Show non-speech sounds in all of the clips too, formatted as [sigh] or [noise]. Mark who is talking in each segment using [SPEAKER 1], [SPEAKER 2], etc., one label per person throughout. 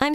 [SPEAKER 1] I'm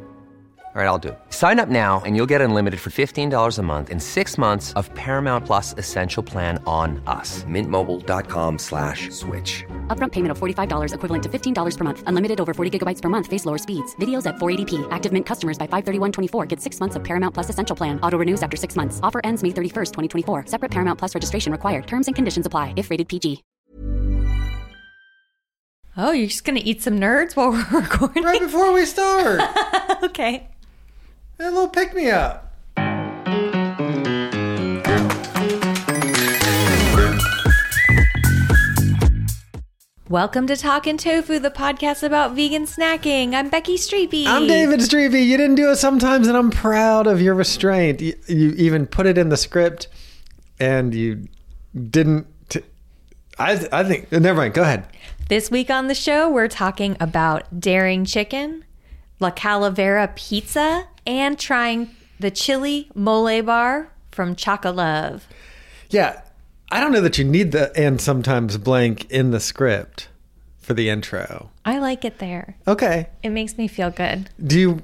[SPEAKER 2] All right, I'll do. it. Sign up now and you'll get unlimited for $15 a month and six months of Paramount Plus Essential Plan on us. Mintmobile.com slash switch.
[SPEAKER 3] Upfront payment of $45 equivalent to $15 per month. Unlimited over 40 gigabytes per month. Face lower speeds. Videos at 480p. Active Mint customers by 531.24 get six months of Paramount Plus Essential Plan. Auto renews after six months. Offer ends May 31st, 2024. Separate Paramount Plus registration required. Terms and conditions apply if rated PG.
[SPEAKER 4] Oh, you're just gonna eat some nerds while we're [laughs] recording?
[SPEAKER 5] Right before we [laughs] start,
[SPEAKER 4] okay.
[SPEAKER 5] a little pick me up.
[SPEAKER 4] Welcome to Talkin' Tofu, the podcast about vegan snacking. I'm Becky Streepy.
[SPEAKER 5] I'm David Strebe. You didn't do it sometimes, and I'm proud of your restraint. You, you even put it in the script, and you didn't. T- I I think. Never mind. Go ahead.
[SPEAKER 4] This week on the show, we're talking about daring chicken, La Calavera pizza, and trying the chili mole bar from Chocolove. Love.
[SPEAKER 5] Yeah, I don't know that you need the and sometimes blank in the script for the intro.
[SPEAKER 4] I like it there.
[SPEAKER 5] Okay.
[SPEAKER 4] It makes me feel good.
[SPEAKER 5] Do you?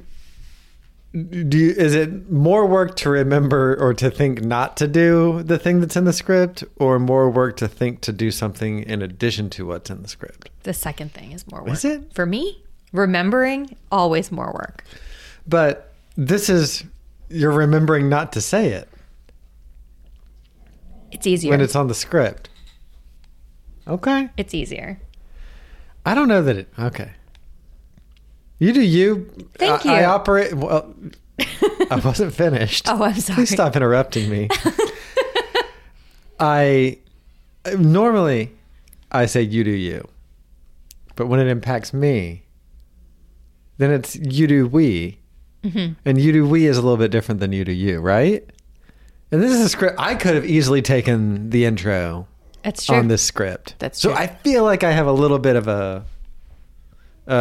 [SPEAKER 5] Do you, is it more work to remember or to think not to do the thing that's in the script, or more work to think to do something in addition to what's in the script?
[SPEAKER 4] The second thing is more work.
[SPEAKER 5] Is it?
[SPEAKER 4] For me, remembering always more work.
[SPEAKER 5] But this is you're remembering not to say it
[SPEAKER 4] It's easier.
[SPEAKER 5] when it's on the script. Okay.
[SPEAKER 4] it's easier.
[SPEAKER 5] I don't know that it. Okay. You do you.
[SPEAKER 4] Thank
[SPEAKER 5] I, I
[SPEAKER 4] you.
[SPEAKER 5] operate. Well, I
[SPEAKER 4] [laughs]
[SPEAKER 5] wasn't finished.
[SPEAKER 4] Oh, I'm sorry.
[SPEAKER 5] Please stop interrupting
[SPEAKER 4] [laughs]
[SPEAKER 5] me. I normally I say you do you, but when it impacts me, then it's you do we,
[SPEAKER 4] Mm-hmm.
[SPEAKER 5] and you do we is a little bit different than you do you, right? And this is a script. I could have easily taken the intro
[SPEAKER 4] That's true.
[SPEAKER 5] on this script.
[SPEAKER 4] That's
[SPEAKER 5] so
[SPEAKER 4] true.
[SPEAKER 5] I feel like I have a little bit of a a,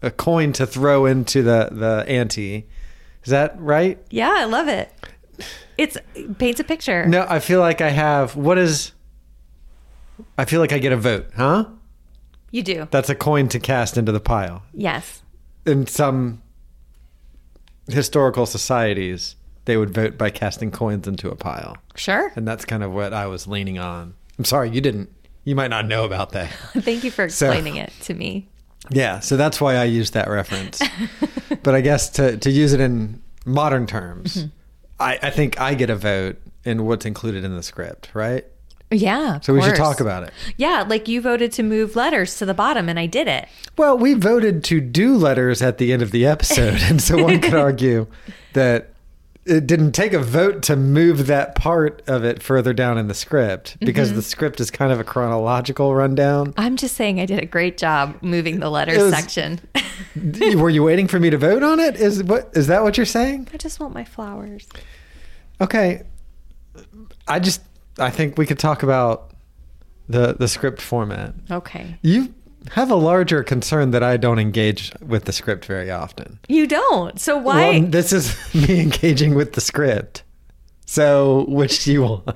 [SPEAKER 5] a, a coin to throw into the the ante. Is that right?
[SPEAKER 4] Yeah, I love it. It's it paints a picture.
[SPEAKER 5] No, I feel like I have. What is? I feel like I get a vote, huh?
[SPEAKER 4] You do.
[SPEAKER 5] That's a coin to cast into the pile.
[SPEAKER 4] Yes.
[SPEAKER 5] In some historical societies, they would vote by casting coins into a pile,
[SPEAKER 4] Sure.
[SPEAKER 5] and that's kind of what I was leaning on. I'm sorry, you didn't. You might not know about that.
[SPEAKER 4] [laughs] Thank you for
[SPEAKER 5] So-
[SPEAKER 4] explaining it to me.
[SPEAKER 5] Yeah, so that's why I used that reference. but I guess to, to use it in modern terms, I, I think I get a vote in what's included in the script, right?
[SPEAKER 4] Yeah.
[SPEAKER 5] So we should talk about it.
[SPEAKER 4] Yeah, like you voted to move letters to the bottom and I did it.
[SPEAKER 5] Well, we voted to do letters at the end of the episode, and so one could argue that it didn't take a vote to move that part of it further down in the script because the script is kind of a chronological rundown.
[SPEAKER 4] I'm just saying I did a great job moving the letters
[SPEAKER 5] It was-
[SPEAKER 4] section. [laughs]
[SPEAKER 5] Were you waiting for me to vote on it? Is what is that what you're saying?
[SPEAKER 4] I just want my flowers.
[SPEAKER 5] Okay. I just I think we could talk about the the script format.
[SPEAKER 4] Okay.
[SPEAKER 5] You have a larger concern that I don't engage with the script very often.
[SPEAKER 4] You don't. So why
[SPEAKER 5] Well, this is [laughs] me engaging with the script. So, which do you want?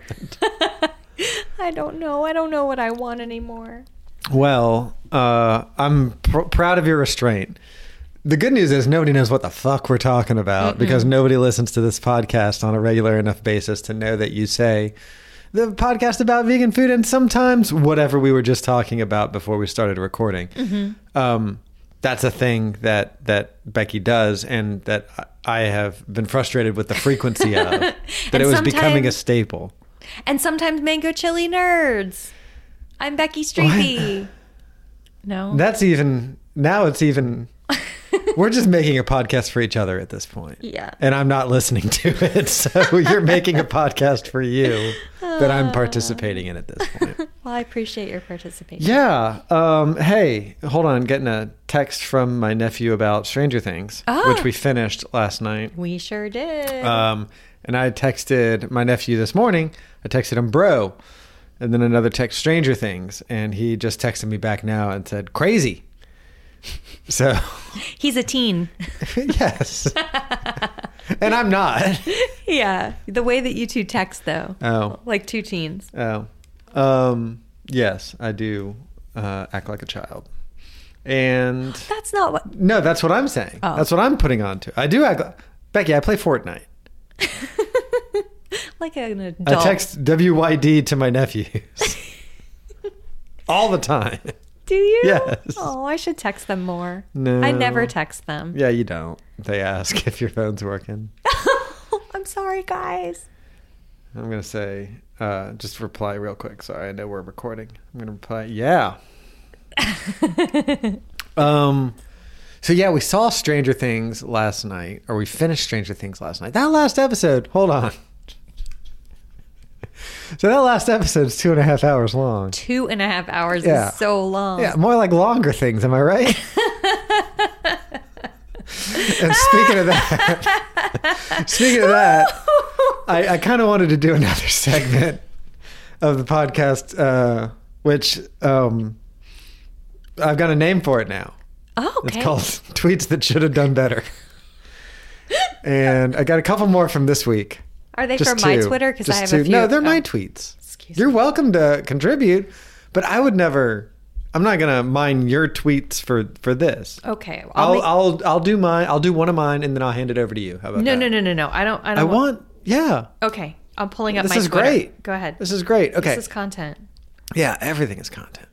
[SPEAKER 4] I don't know. I don't know what I want anymore.
[SPEAKER 5] Well, uh, I'm pr- proud of your restraint. The good news is nobody knows what the fuck we're talking about because nobody listens to this podcast on a regular enough basis to know that you say the podcast about vegan food and sometimes whatever we were just talking about before we started recording. Um, that's a thing that that Becky does and that I I have been frustrated with the frequency of that it was becoming a
[SPEAKER 4] sometimes-
[SPEAKER 5] staple.
[SPEAKER 4] And sometimes mango chili nerds. I'm Becky Streepy. No.
[SPEAKER 5] That's even now it's even We're just making a podcast for each other at this point.
[SPEAKER 4] Yeah.
[SPEAKER 5] And I'm not listening to it. [laughs] So you're making a podcast for you that I'm participating in at this
[SPEAKER 4] [laughs]
[SPEAKER 5] point.
[SPEAKER 4] [laughs] Well, I appreciate your participation.
[SPEAKER 5] Yeah. Um, hey, hold on. Getting a text from my nephew about Stranger Things, which we finished last night.
[SPEAKER 4] We sure did.
[SPEAKER 5] Um, and I texted my nephew this morning. I texted him, bro. And then another text, Stranger Things. And he just texted me back now and said, crazy. So, [laughs]
[SPEAKER 4] He's a teen.
[SPEAKER 5] yes. and I'm not.
[SPEAKER 4] [laughs] yeah. The way that you two text, though,
[SPEAKER 5] Oh,
[SPEAKER 4] like two teens.
[SPEAKER 5] oh. Um, yes, I do uh, act like a child. And
[SPEAKER 4] That's not what.
[SPEAKER 5] no, that's what I'm saying. That's what I'm putting on to. I do act like, Becky, I play Fortnite.
[SPEAKER 4] Like an adult.
[SPEAKER 5] I text WYD to my nephews all the time.
[SPEAKER 4] Do you?
[SPEAKER 5] Yes.
[SPEAKER 4] Oh, I should text them more.
[SPEAKER 5] No.
[SPEAKER 4] I never text them.
[SPEAKER 5] Yeah, you don't. They ask if your phone's working.
[SPEAKER 4] [laughs] I'm sorry, guys.
[SPEAKER 5] I'm going to say, uh, just reply real quick. Sorry, I know we're recording. I'm going to reply, yeah. um, so, yeah, we saw Stranger Things last night, or we finished Stranger Things last night. That last episode, hold on. [laughs] so, that last episode's two and a half hours long.
[SPEAKER 4] Two and a half hours
[SPEAKER 5] Yeah.
[SPEAKER 4] is so long. [laughs]
[SPEAKER 5] Yeah, more like longer things, am I right? and speaking of that, [laughs] speaking of that, I, I kind of wanted to do another [laughs] segment of the podcast, uh, which um, I've got a name for it now.
[SPEAKER 4] Oh, okay.
[SPEAKER 5] It's called [laughs] Tweets That Should Have Done Better. and I got a couple more from this week.
[SPEAKER 4] Are they
[SPEAKER 5] Just
[SPEAKER 4] from my
[SPEAKER 5] two.
[SPEAKER 4] Twitter? Because I
[SPEAKER 5] Just
[SPEAKER 4] have
[SPEAKER 5] two.
[SPEAKER 4] a few.
[SPEAKER 5] No, they're my
[SPEAKER 4] Oh.
[SPEAKER 5] tweets.
[SPEAKER 4] Excuse
[SPEAKER 5] You're welcome to contribute, but I would never. I'm not gonna mine your tweets for for this.
[SPEAKER 4] Okay. Oh, I'll
[SPEAKER 5] I'll
[SPEAKER 4] make-
[SPEAKER 5] I'll I'll do mine. I'll do one of mine, and then I'll hand it over to you. How about
[SPEAKER 4] no,
[SPEAKER 5] that?
[SPEAKER 4] no, no, no, no. I don't. I don't.
[SPEAKER 5] I want. Yeah.
[SPEAKER 4] Okay. I'm pulling up
[SPEAKER 5] This
[SPEAKER 4] my
[SPEAKER 5] is
[SPEAKER 4] Twitter.
[SPEAKER 5] great.
[SPEAKER 4] Go ahead.
[SPEAKER 5] This is great. Okay.
[SPEAKER 4] This is content. [laughs]
[SPEAKER 5] Yeah, everything is content.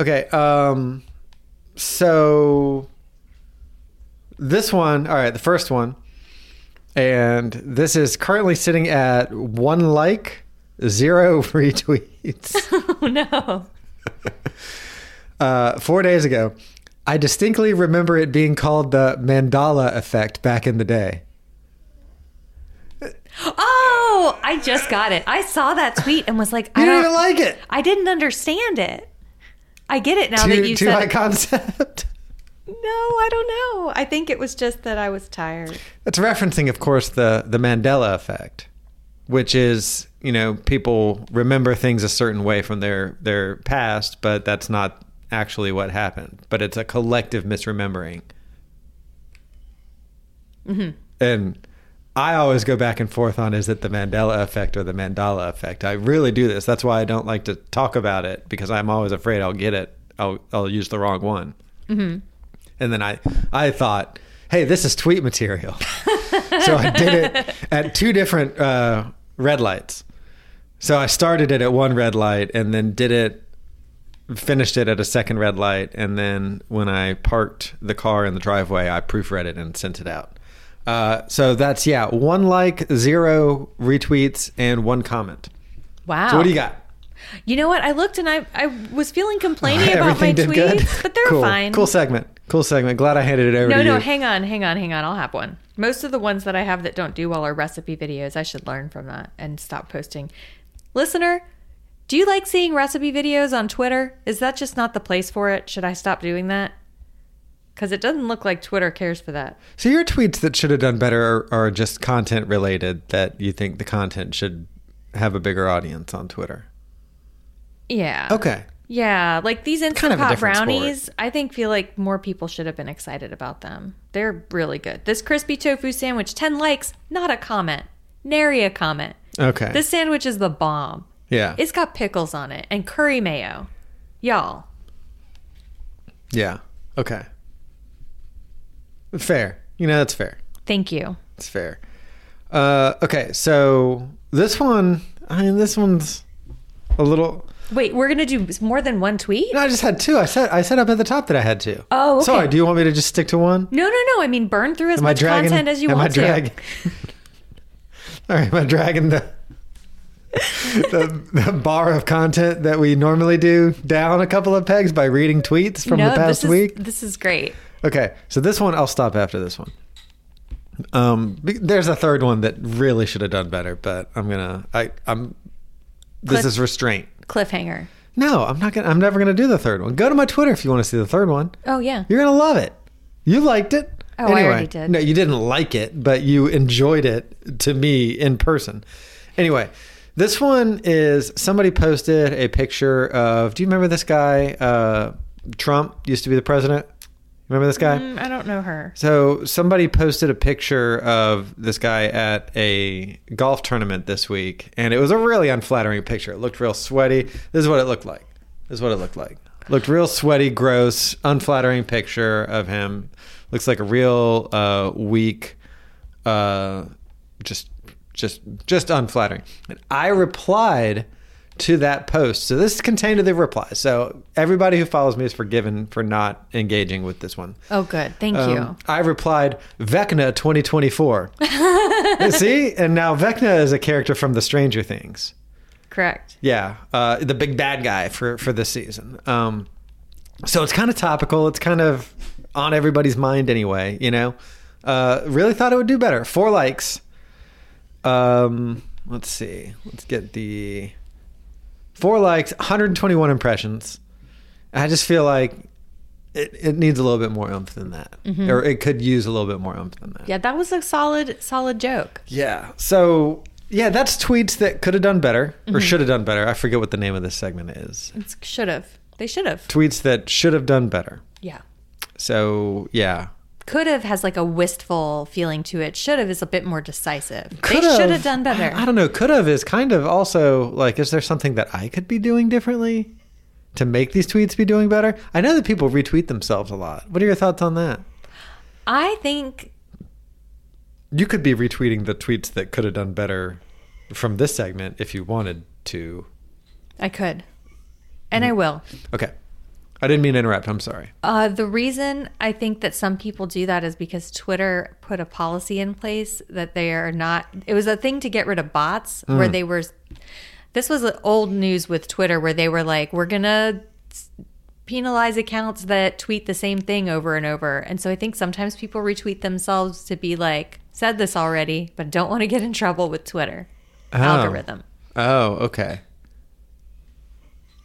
[SPEAKER 5] Okay, um so this one, all right, the first one. And this is currently sitting at one like, zero [laughs] retweets.
[SPEAKER 4] Oh, no.
[SPEAKER 5] uh, four days ago, I distinctly remember it being called the Mandala effect back in the day.
[SPEAKER 4] Oh, I just got it. I saw that tweet and was like,
[SPEAKER 5] [laughs] You
[SPEAKER 4] I
[SPEAKER 5] didn't
[SPEAKER 4] don't
[SPEAKER 5] even like it.
[SPEAKER 4] I didn't understand it. I get it now
[SPEAKER 5] Too,
[SPEAKER 4] that you
[SPEAKER 5] too
[SPEAKER 4] said.
[SPEAKER 5] high
[SPEAKER 4] it.
[SPEAKER 5] concept. [laughs]
[SPEAKER 4] no, I don't know. I think it was just that I was tired.
[SPEAKER 5] That's referencing, of course, the the Mandela effect, which is you know people remember things a certain way from their their past, but that's not actually what happened. But it's a collective misremembering. And I always go back and forth on is it the Mandela effect or the Mandala effect. I really do this. That's why I don't like to talk about it because I'm always afraid I'll get it. I'll I'll use the wrong one. And then I, I thought, hey, this is tweet material. so I did it at two different uh, red lights. So I started it at one red light and then did it, finished it at a second red light. And then when I parked the car in the driveway, I proofread it and sent it out. Uh, so that's, yeah, one like, zero retweets, and one comment.
[SPEAKER 4] Wow.
[SPEAKER 5] So what do you got?
[SPEAKER 4] You know what? I looked and I, I was feeling complaining about my
[SPEAKER 5] [laughs] Everything
[SPEAKER 4] tweets,
[SPEAKER 5] did good?
[SPEAKER 4] but they're
[SPEAKER 5] cool.
[SPEAKER 4] fine.
[SPEAKER 5] Cool segment. Cool segment. Glad I handed it over
[SPEAKER 4] No,
[SPEAKER 5] to you.
[SPEAKER 4] no, hang on, hang on, hang on. I'll have one. Most of the ones that I have that don't do well are recipe videos. I should learn from that and stop posting. Listener, do you like seeing recipe videos on Twitter? Is that just not the place for it? Should I stop doing that? Because it doesn't look like Twitter cares for that.
[SPEAKER 5] So your tweets that should have done better are, are just content related that you think the content should have a bigger audience on Twitter.
[SPEAKER 4] Yeah.
[SPEAKER 5] Okay.
[SPEAKER 4] Yeah, like these
[SPEAKER 5] Kind
[SPEAKER 4] instant
[SPEAKER 5] of a
[SPEAKER 4] pot
[SPEAKER 5] different sport.
[SPEAKER 4] brownies, I think feel like more people should have been excited about them. They're really good. This crispy tofu sandwich, 10 likes, not a comment. Nary a comment.
[SPEAKER 5] Okay.
[SPEAKER 4] This sandwich is the bomb.
[SPEAKER 5] yeah.
[SPEAKER 4] It's got pickles on it and curry mayo. Y'all.
[SPEAKER 5] yeah. Okay. Fair. You know that's fair.
[SPEAKER 4] Thank you.
[SPEAKER 5] It's fair. Uh, okay. So this one, I mean, this one's a little.
[SPEAKER 4] Wait, we're going to do more than one tweet?
[SPEAKER 5] No, I just had two. I said I said up at the top that I had two.
[SPEAKER 4] Oh, okay.
[SPEAKER 5] Sorry. Do you want me to just stick to one?
[SPEAKER 4] No, no, no. I mean, burn through as
[SPEAKER 5] Am I
[SPEAKER 4] much
[SPEAKER 5] dragging?
[SPEAKER 4] content as you
[SPEAKER 5] am
[SPEAKER 4] want
[SPEAKER 5] I dragging? [laughs]
[SPEAKER 4] to.
[SPEAKER 5] All right, am I dragging the, the the bar of content that we normally do down a couple of pegs by reading tweets from
[SPEAKER 4] no,
[SPEAKER 5] the past
[SPEAKER 4] this is,
[SPEAKER 5] week?
[SPEAKER 4] This is great.
[SPEAKER 5] Okay, so this one I'll stop after this one. Um, be- there's a third one that really should have done better, but I'm gonna. I I'm. This
[SPEAKER 4] Cliff-
[SPEAKER 5] is restraint.
[SPEAKER 4] Cliffhanger.
[SPEAKER 5] No, I'm not gonna. I'm never gonna do the third one. Go to my Twitter if you want to see the third one.
[SPEAKER 4] Oh yeah.
[SPEAKER 5] You're gonna love it. You liked it.
[SPEAKER 4] Oh, I already did.
[SPEAKER 5] No, you didn't like it, but you enjoyed it to me in person. Anyway, this one is somebody posted a picture of. Do you remember this guy? Uh, Trump used to be the president. Remember this guy?
[SPEAKER 4] Mm, I don't know her.
[SPEAKER 5] So somebody posted a picture of this guy at a golf tournament this week, and it was a really unflattering picture. It looked real sweaty. This is what it looked like. This is what it looked like. Looked real sweaty, gross, unflattering picture of him. Looks like a real uh, weak, uh, just, just, just unflattering. And I replied to that post. So this is contained in the reply. So everybody who follows me is forgiven for not engaging with this one.
[SPEAKER 4] Oh, good. Thank you.
[SPEAKER 5] Um, I replied, Vecna 2024. [laughs] See? And now Vecna is a character from The Stranger Things.
[SPEAKER 4] Correct.
[SPEAKER 5] Yeah. Uh, the big bad guy for, for this season. Um, so it's kind of topical. It's kind of on everybody's mind anyway, you know? Uh, really thought it would do better. Four likes. Um, let's see. Let's get the four likes, 121 impressions. I just feel like it, it needs a little bit more oomph than that, or it could use a little bit more oomph than that.
[SPEAKER 4] Yeah, that was a solid, solid joke.
[SPEAKER 5] Yeah. So yeah, that's tweets that could have done better or should have done better. I forget what the name of this segment is.
[SPEAKER 4] It's should have. They should have.
[SPEAKER 5] Tweets that should have done better.
[SPEAKER 4] Yeah.
[SPEAKER 5] So yeah,
[SPEAKER 4] Could have has like a wistful feeling to it. Should have is a bit more decisive. They should have done better.
[SPEAKER 5] I, I don't know. Could have is kind of also like, is there something that I could be doing differently to make these tweets be doing better? I know that people retweet themselves a lot. What are your thoughts on that?
[SPEAKER 4] I think
[SPEAKER 5] You could be retweeting the tweets that could have done better from this segment if you wanted to.
[SPEAKER 4] I could, and
[SPEAKER 5] Mm.
[SPEAKER 4] I will.
[SPEAKER 5] Okay. I didn't mean to interrupt. I'm sorry.
[SPEAKER 4] Uh, the reason I think that some people do that is because Twitter put a policy in place that they are not. It was a thing to get rid of bots where they were. This was old news with Twitter where they were like, we're going to penalize accounts that tweet the same thing over and over. And so I think sometimes people retweet themselves to be like, said this already, but don't want to get in trouble with Twitter algorithm.
[SPEAKER 5] Oh, okay.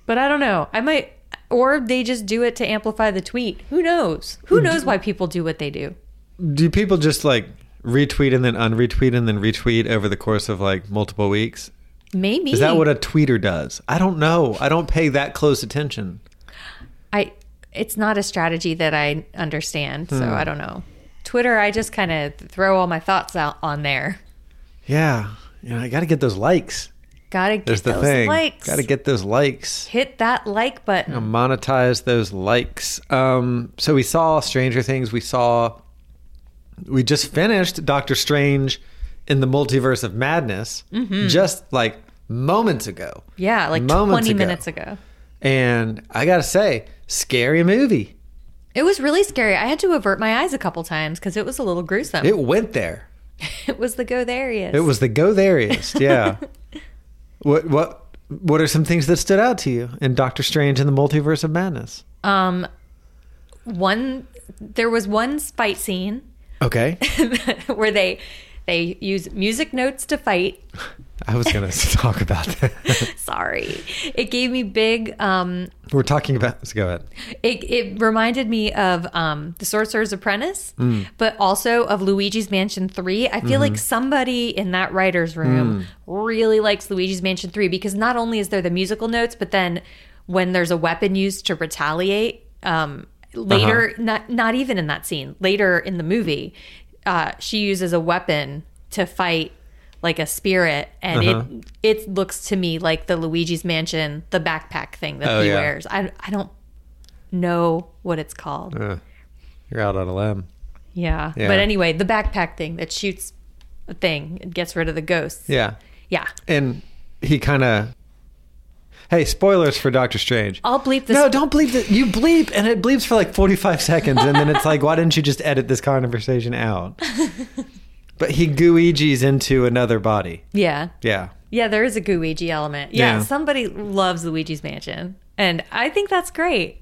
[SPEAKER 4] But I don't know. I might. Or they just do it to amplify the tweet. Who knows? Who knows why people do what they do?
[SPEAKER 5] Do people just like retweet and then unretweet and then retweet over the course of like multiple weeks?
[SPEAKER 4] Maybe
[SPEAKER 5] Is that what a tweeter does? I don't know. I don't pay that close attention.
[SPEAKER 4] I? It's not a strategy that I understand, so
[SPEAKER 5] Hmm.
[SPEAKER 4] I don't know. Twitter, I just kind of throw all my thoughts out on there.
[SPEAKER 5] Yeah. You know, I got to get those likes.
[SPEAKER 4] Gotta get
[SPEAKER 5] There's the
[SPEAKER 4] those
[SPEAKER 5] thing.
[SPEAKER 4] likes.
[SPEAKER 5] Got to get those likes.
[SPEAKER 4] hit that like button.
[SPEAKER 5] monetize those likes. Um, so we saw Stranger Things. We saw. We just finished Doctor Strange in the Multiverse of Madness
[SPEAKER 4] Mm-hmm.
[SPEAKER 5] just like moments ago.
[SPEAKER 4] yeah, like
[SPEAKER 5] Moments
[SPEAKER 4] twenty
[SPEAKER 5] ago.
[SPEAKER 4] minutes ago.
[SPEAKER 5] And I gotta say, scary movie.
[SPEAKER 4] It was really scary. I had to avert my eyes a couple times because it was a little gruesome. [laughs] It,
[SPEAKER 5] It went there.
[SPEAKER 4] was the go there is.
[SPEAKER 5] It was the go thereist. Yeah. what what what are some things that stood out to you in Doctor Strange in the Multiverse of Madness?
[SPEAKER 4] um one. There was one fight scene [laughs]
[SPEAKER 5] Okay,
[SPEAKER 4] where they they use music notes to fight. [laughs]
[SPEAKER 5] I was gonna talk about that. [laughs]
[SPEAKER 4] Sorry, it gave me big um
[SPEAKER 5] We're talking about. Let's go ahead.
[SPEAKER 4] It, it reminded me of um, The Sorcerer's Apprentice,
[SPEAKER 5] Mm.
[SPEAKER 4] but also of Luigi's Mansion 3. I feel
[SPEAKER 5] Mm-hmm.
[SPEAKER 4] like somebody in that writer's room
[SPEAKER 5] Mm.
[SPEAKER 4] really likes Luigi's Mansion 3 because not only is there the musical notes, but then when there's a weapon used to retaliate, um,
[SPEAKER 5] Uh-huh.
[SPEAKER 4] later, not, not even in that scene, later in the movie, uh, she uses a weapon to fight like a spirit and
[SPEAKER 5] Uh-huh.
[SPEAKER 4] it it looks to me like the Luigi's Mansion the backpack thing that
[SPEAKER 5] Oh,
[SPEAKER 4] he
[SPEAKER 5] yeah.
[SPEAKER 4] wears. I I don't know what it's called.
[SPEAKER 5] Uh, you're out on a limb.
[SPEAKER 4] Yeah.
[SPEAKER 5] Yeah.
[SPEAKER 4] But anyway, the backpack thing that shoots a thing and gets rid of the ghosts.
[SPEAKER 5] Yeah,
[SPEAKER 4] Yeah.
[SPEAKER 5] and he kind of. Hey, spoilers for Doctor Strange.
[SPEAKER 4] I'll bleep this.
[SPEAKER 5] no, don't bleep that. You bleep, and it bleeps for like 45 seconds, and then it's like, why didn't you just edit this conversation out? but he gooigies into another body.
[SPEAKER 4] Yeah.
[SPEAKER 5] Yeah.
[SPEAKER 4] Yeah, there is a Luigi element. Yeah,
[SPEAKER 5] Yeah.
[SPEAKER 4] Somebody loves Luigi's Mansion. And I think that's great.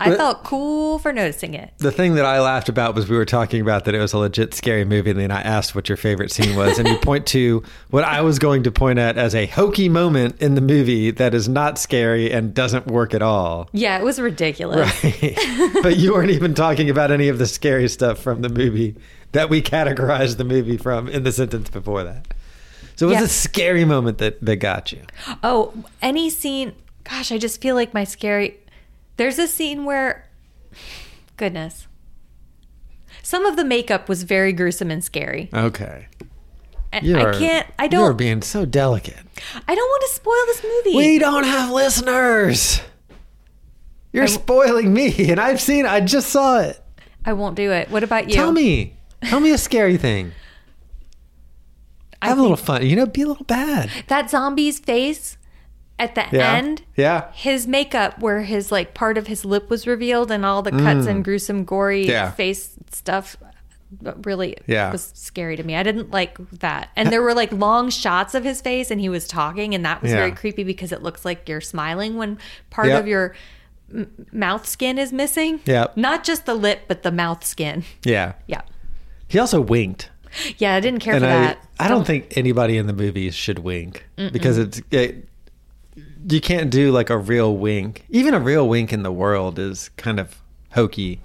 [SPEAKER 4] I
[SPEAKER 5] But-
[SPEAKER 4] felt cool for noticing it.
[SPEAKER 5] The thing that I laughed about was we were talking about that it was a legit scary movie, and then I asked what your favorite scene was, and
[SPEAKER 4] [laughs]
[SPEAKER 5] you point to what I was going to point at as a hokey moment in the movie that is not scary and doesn't work at
[SPEAKER 4] [laughs]
[SPEAKER 5] all.
[SPEAKER 4] Yeah, it was ridiculous.
[SPEAKER 5] but you weren't even talking about any of the scary stuff from the movie that we categorized the movie from in the sentence before that. So it was
[SPEAKER 4] Yeah.
[SPEAKER 5] a scary moment that, that got you.
[SPEAKER 4] [laughs] Oh, any scene. Gosh, I just feel like my scary. There's a scene where. Goodness. Some of the makeup was very gruesome and scary.
[SPEAKER 5] Okay.
[SPEAKER 4] And
[SPEAKER 5] You
[SPEAKER 4] I
[SPEAKER 5] are-
[SPEAKER 4] can't. I
[SPEAKER 5] You're
[SPEAKER 4] don't.
[SPEAKER 5] being so delicate.
[SPEAKER 4] I don't want to spoil this movie.
[SPEAKER 5] We don't have listeners. You're spoiling me, and I've seen. I just saw it.
[SPEAKER 4] I won't do it. What about you?
[SPEAKER 5] Tell me, tell me a scary thing. Have a little fun. You know, be a little bad.
[SPEAKER 4] that zombie's face at the end.
[SPEAKER 5] Yeah.
[SPEAKER 4] His makeup, where his like part of his lip was revealed, and all the cuts and gruesome, gory
[SPEAKER 5] Mm. Yeah.
[SPEAKER 4] face stuff, but really,
[SPEAKER 5] Yeah.
[SPEAKER 4] was scary to me. I didn't like that. And there were like long shots of his face, and he was talking, and that was very
[SPEAKER 5] Yeah.
[SPEAKER 4] creepy because it looks like you're smiling when part
[SPEAKER 5] Yep.
[SPEAKER 4] of your m- mouth skin is missing.
[SPEAKER 5] Yep.
[SPEAKER 4] not just the lip, but the mouth skin. [laughs]
[SPEAKER 5] Yeah.
[SPEAKER 4] Yeah,
[SPEAKER 5] He also winked,
[SPEAKER 4] yeah, I didn't care
[SPEAKER 5] and
[SPEAKER 4] for
[SPEAKER 5] I.
[SPEAKER 4] that.
[SPEAKER 5] I don't think anybody in the movie should wink because it's. It, you can't do like a real wink. Even a real wink in the world is kind of hokey.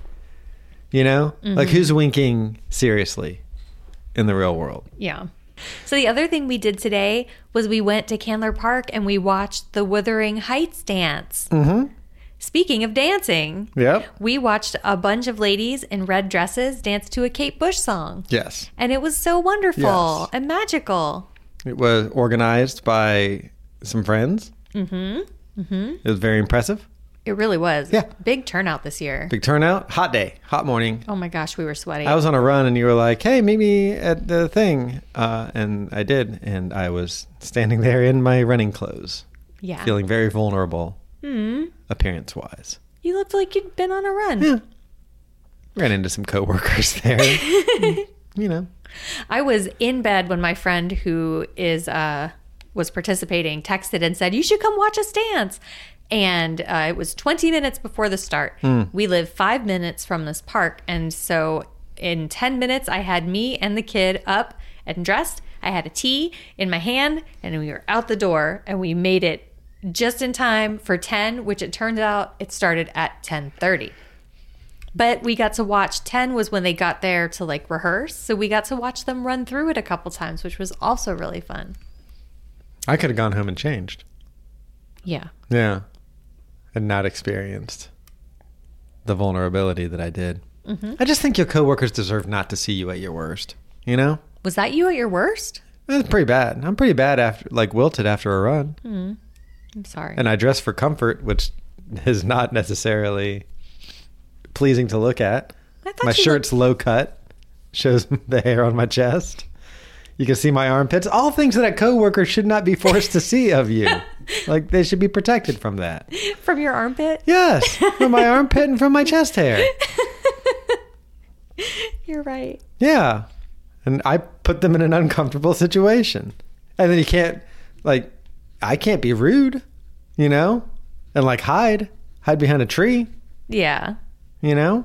[SPEAKER 5] You know, like who's winking seriously in the real world?
[SPEAKER 4] Yeah. So the other thing we did today was we went to Candler Park and we watched the Wuthering Heights dance. Mm-hmm. Speaking of dancing,
[SPEAKER 5] Yep.
[SPEAKER 4] we watched a bunch of ladies in red dresses dance to a Kate Bush song.
[SPEAKER 5] Yes.
[SPEAKER 4] And it was so wonderful
[SPEAKER 5] Yes.
[SPEAKER 4] and magical.
[SPEAKER 5] It was organized by some friends. Mm-hmm. Mm-hmm. It was very impressive.
[SPEAKER 4] It really was.
[SPEAKER 5] Yeah.
[SPEAKER 4] Big turnout this year.
[SPEAKER 5] Big turnout. Hot day. Hot morning.
[SPEAKER 4] Oh my gosh, we were sweaty.
[SPEAKER 5] I was on a run, and you were like, "Hey, meet me at the thing," uh, and I did, and I was standing there in my running clothes,
[SPEAKER 4] yeah.
[SPEAKER 5] feeling very vulnerable, Mm-hmm. appearance-wise.
[SPEAKER 4] you looked like you'd been on a run.
[SPEAKER 5] Ran into some coworkers [laughs] there. you know,
[SPEAKER 4] I was in bed when my friend who is uh was participating texted and said, "You should come watch us dance." And uh, it was 20 minutes before the start. We live five minutes from this park, and so in 10 minutes, I had me and the kid up and dressed. I had a tea in my hand, and we were out the door, and we made it just in time for 10, which it turns out it started at 10:30 but we got to watch 10 was when they got there to like rehearse so we got to watch them run through it a couple times which was also really fun
[SPEAKER 5] I could have gone home and changed.
[SPEAKER 4] yeah
[SPEAKER 5] Yeah, and not experienced the vulnerability that I did.
[SPEAKER 4] Mm-hmm.
[SPEAKER 5] I just think your coworkers deserve not to see you at your worst. You know.
[SPEAKER 4] was that you at your worst
[SPEAKER 5] That's pretty bad. I'm pretty bad after, like, wilted after a run.
[SPEAKER 4] Mm-hmm. i'm sorry
[SPEAKER 5] And I dress for comfort, which [laughs] is not necessarily pleasing to look at.
[SPEAKER 4] I thought
[SPEAKER 5] My
[SPEAKER 4] you
[SPEAKER 5] shirt's low cut, shows [laughs] the hair on my chest. You can see my armpits. All things that a coworker should not be forced to see
[SPEAKER 4] [laughs]
[SPEAKER 5] of you. Like, they should be protected from that.
[SPEAKER 4] looked from your armpit
[SPEAKER 5] Yes, from my armpit and from my chest hair.
[SPEAKER 4] you're right
[SPEAKER 5] Yeah. And I put them in an uncomfortable situation. And then you can't, like, I can't be rude, you know? And, like, hide, hide behind a tree,
[SPEAKER 4] yeah
[SPEAKER 5] you know?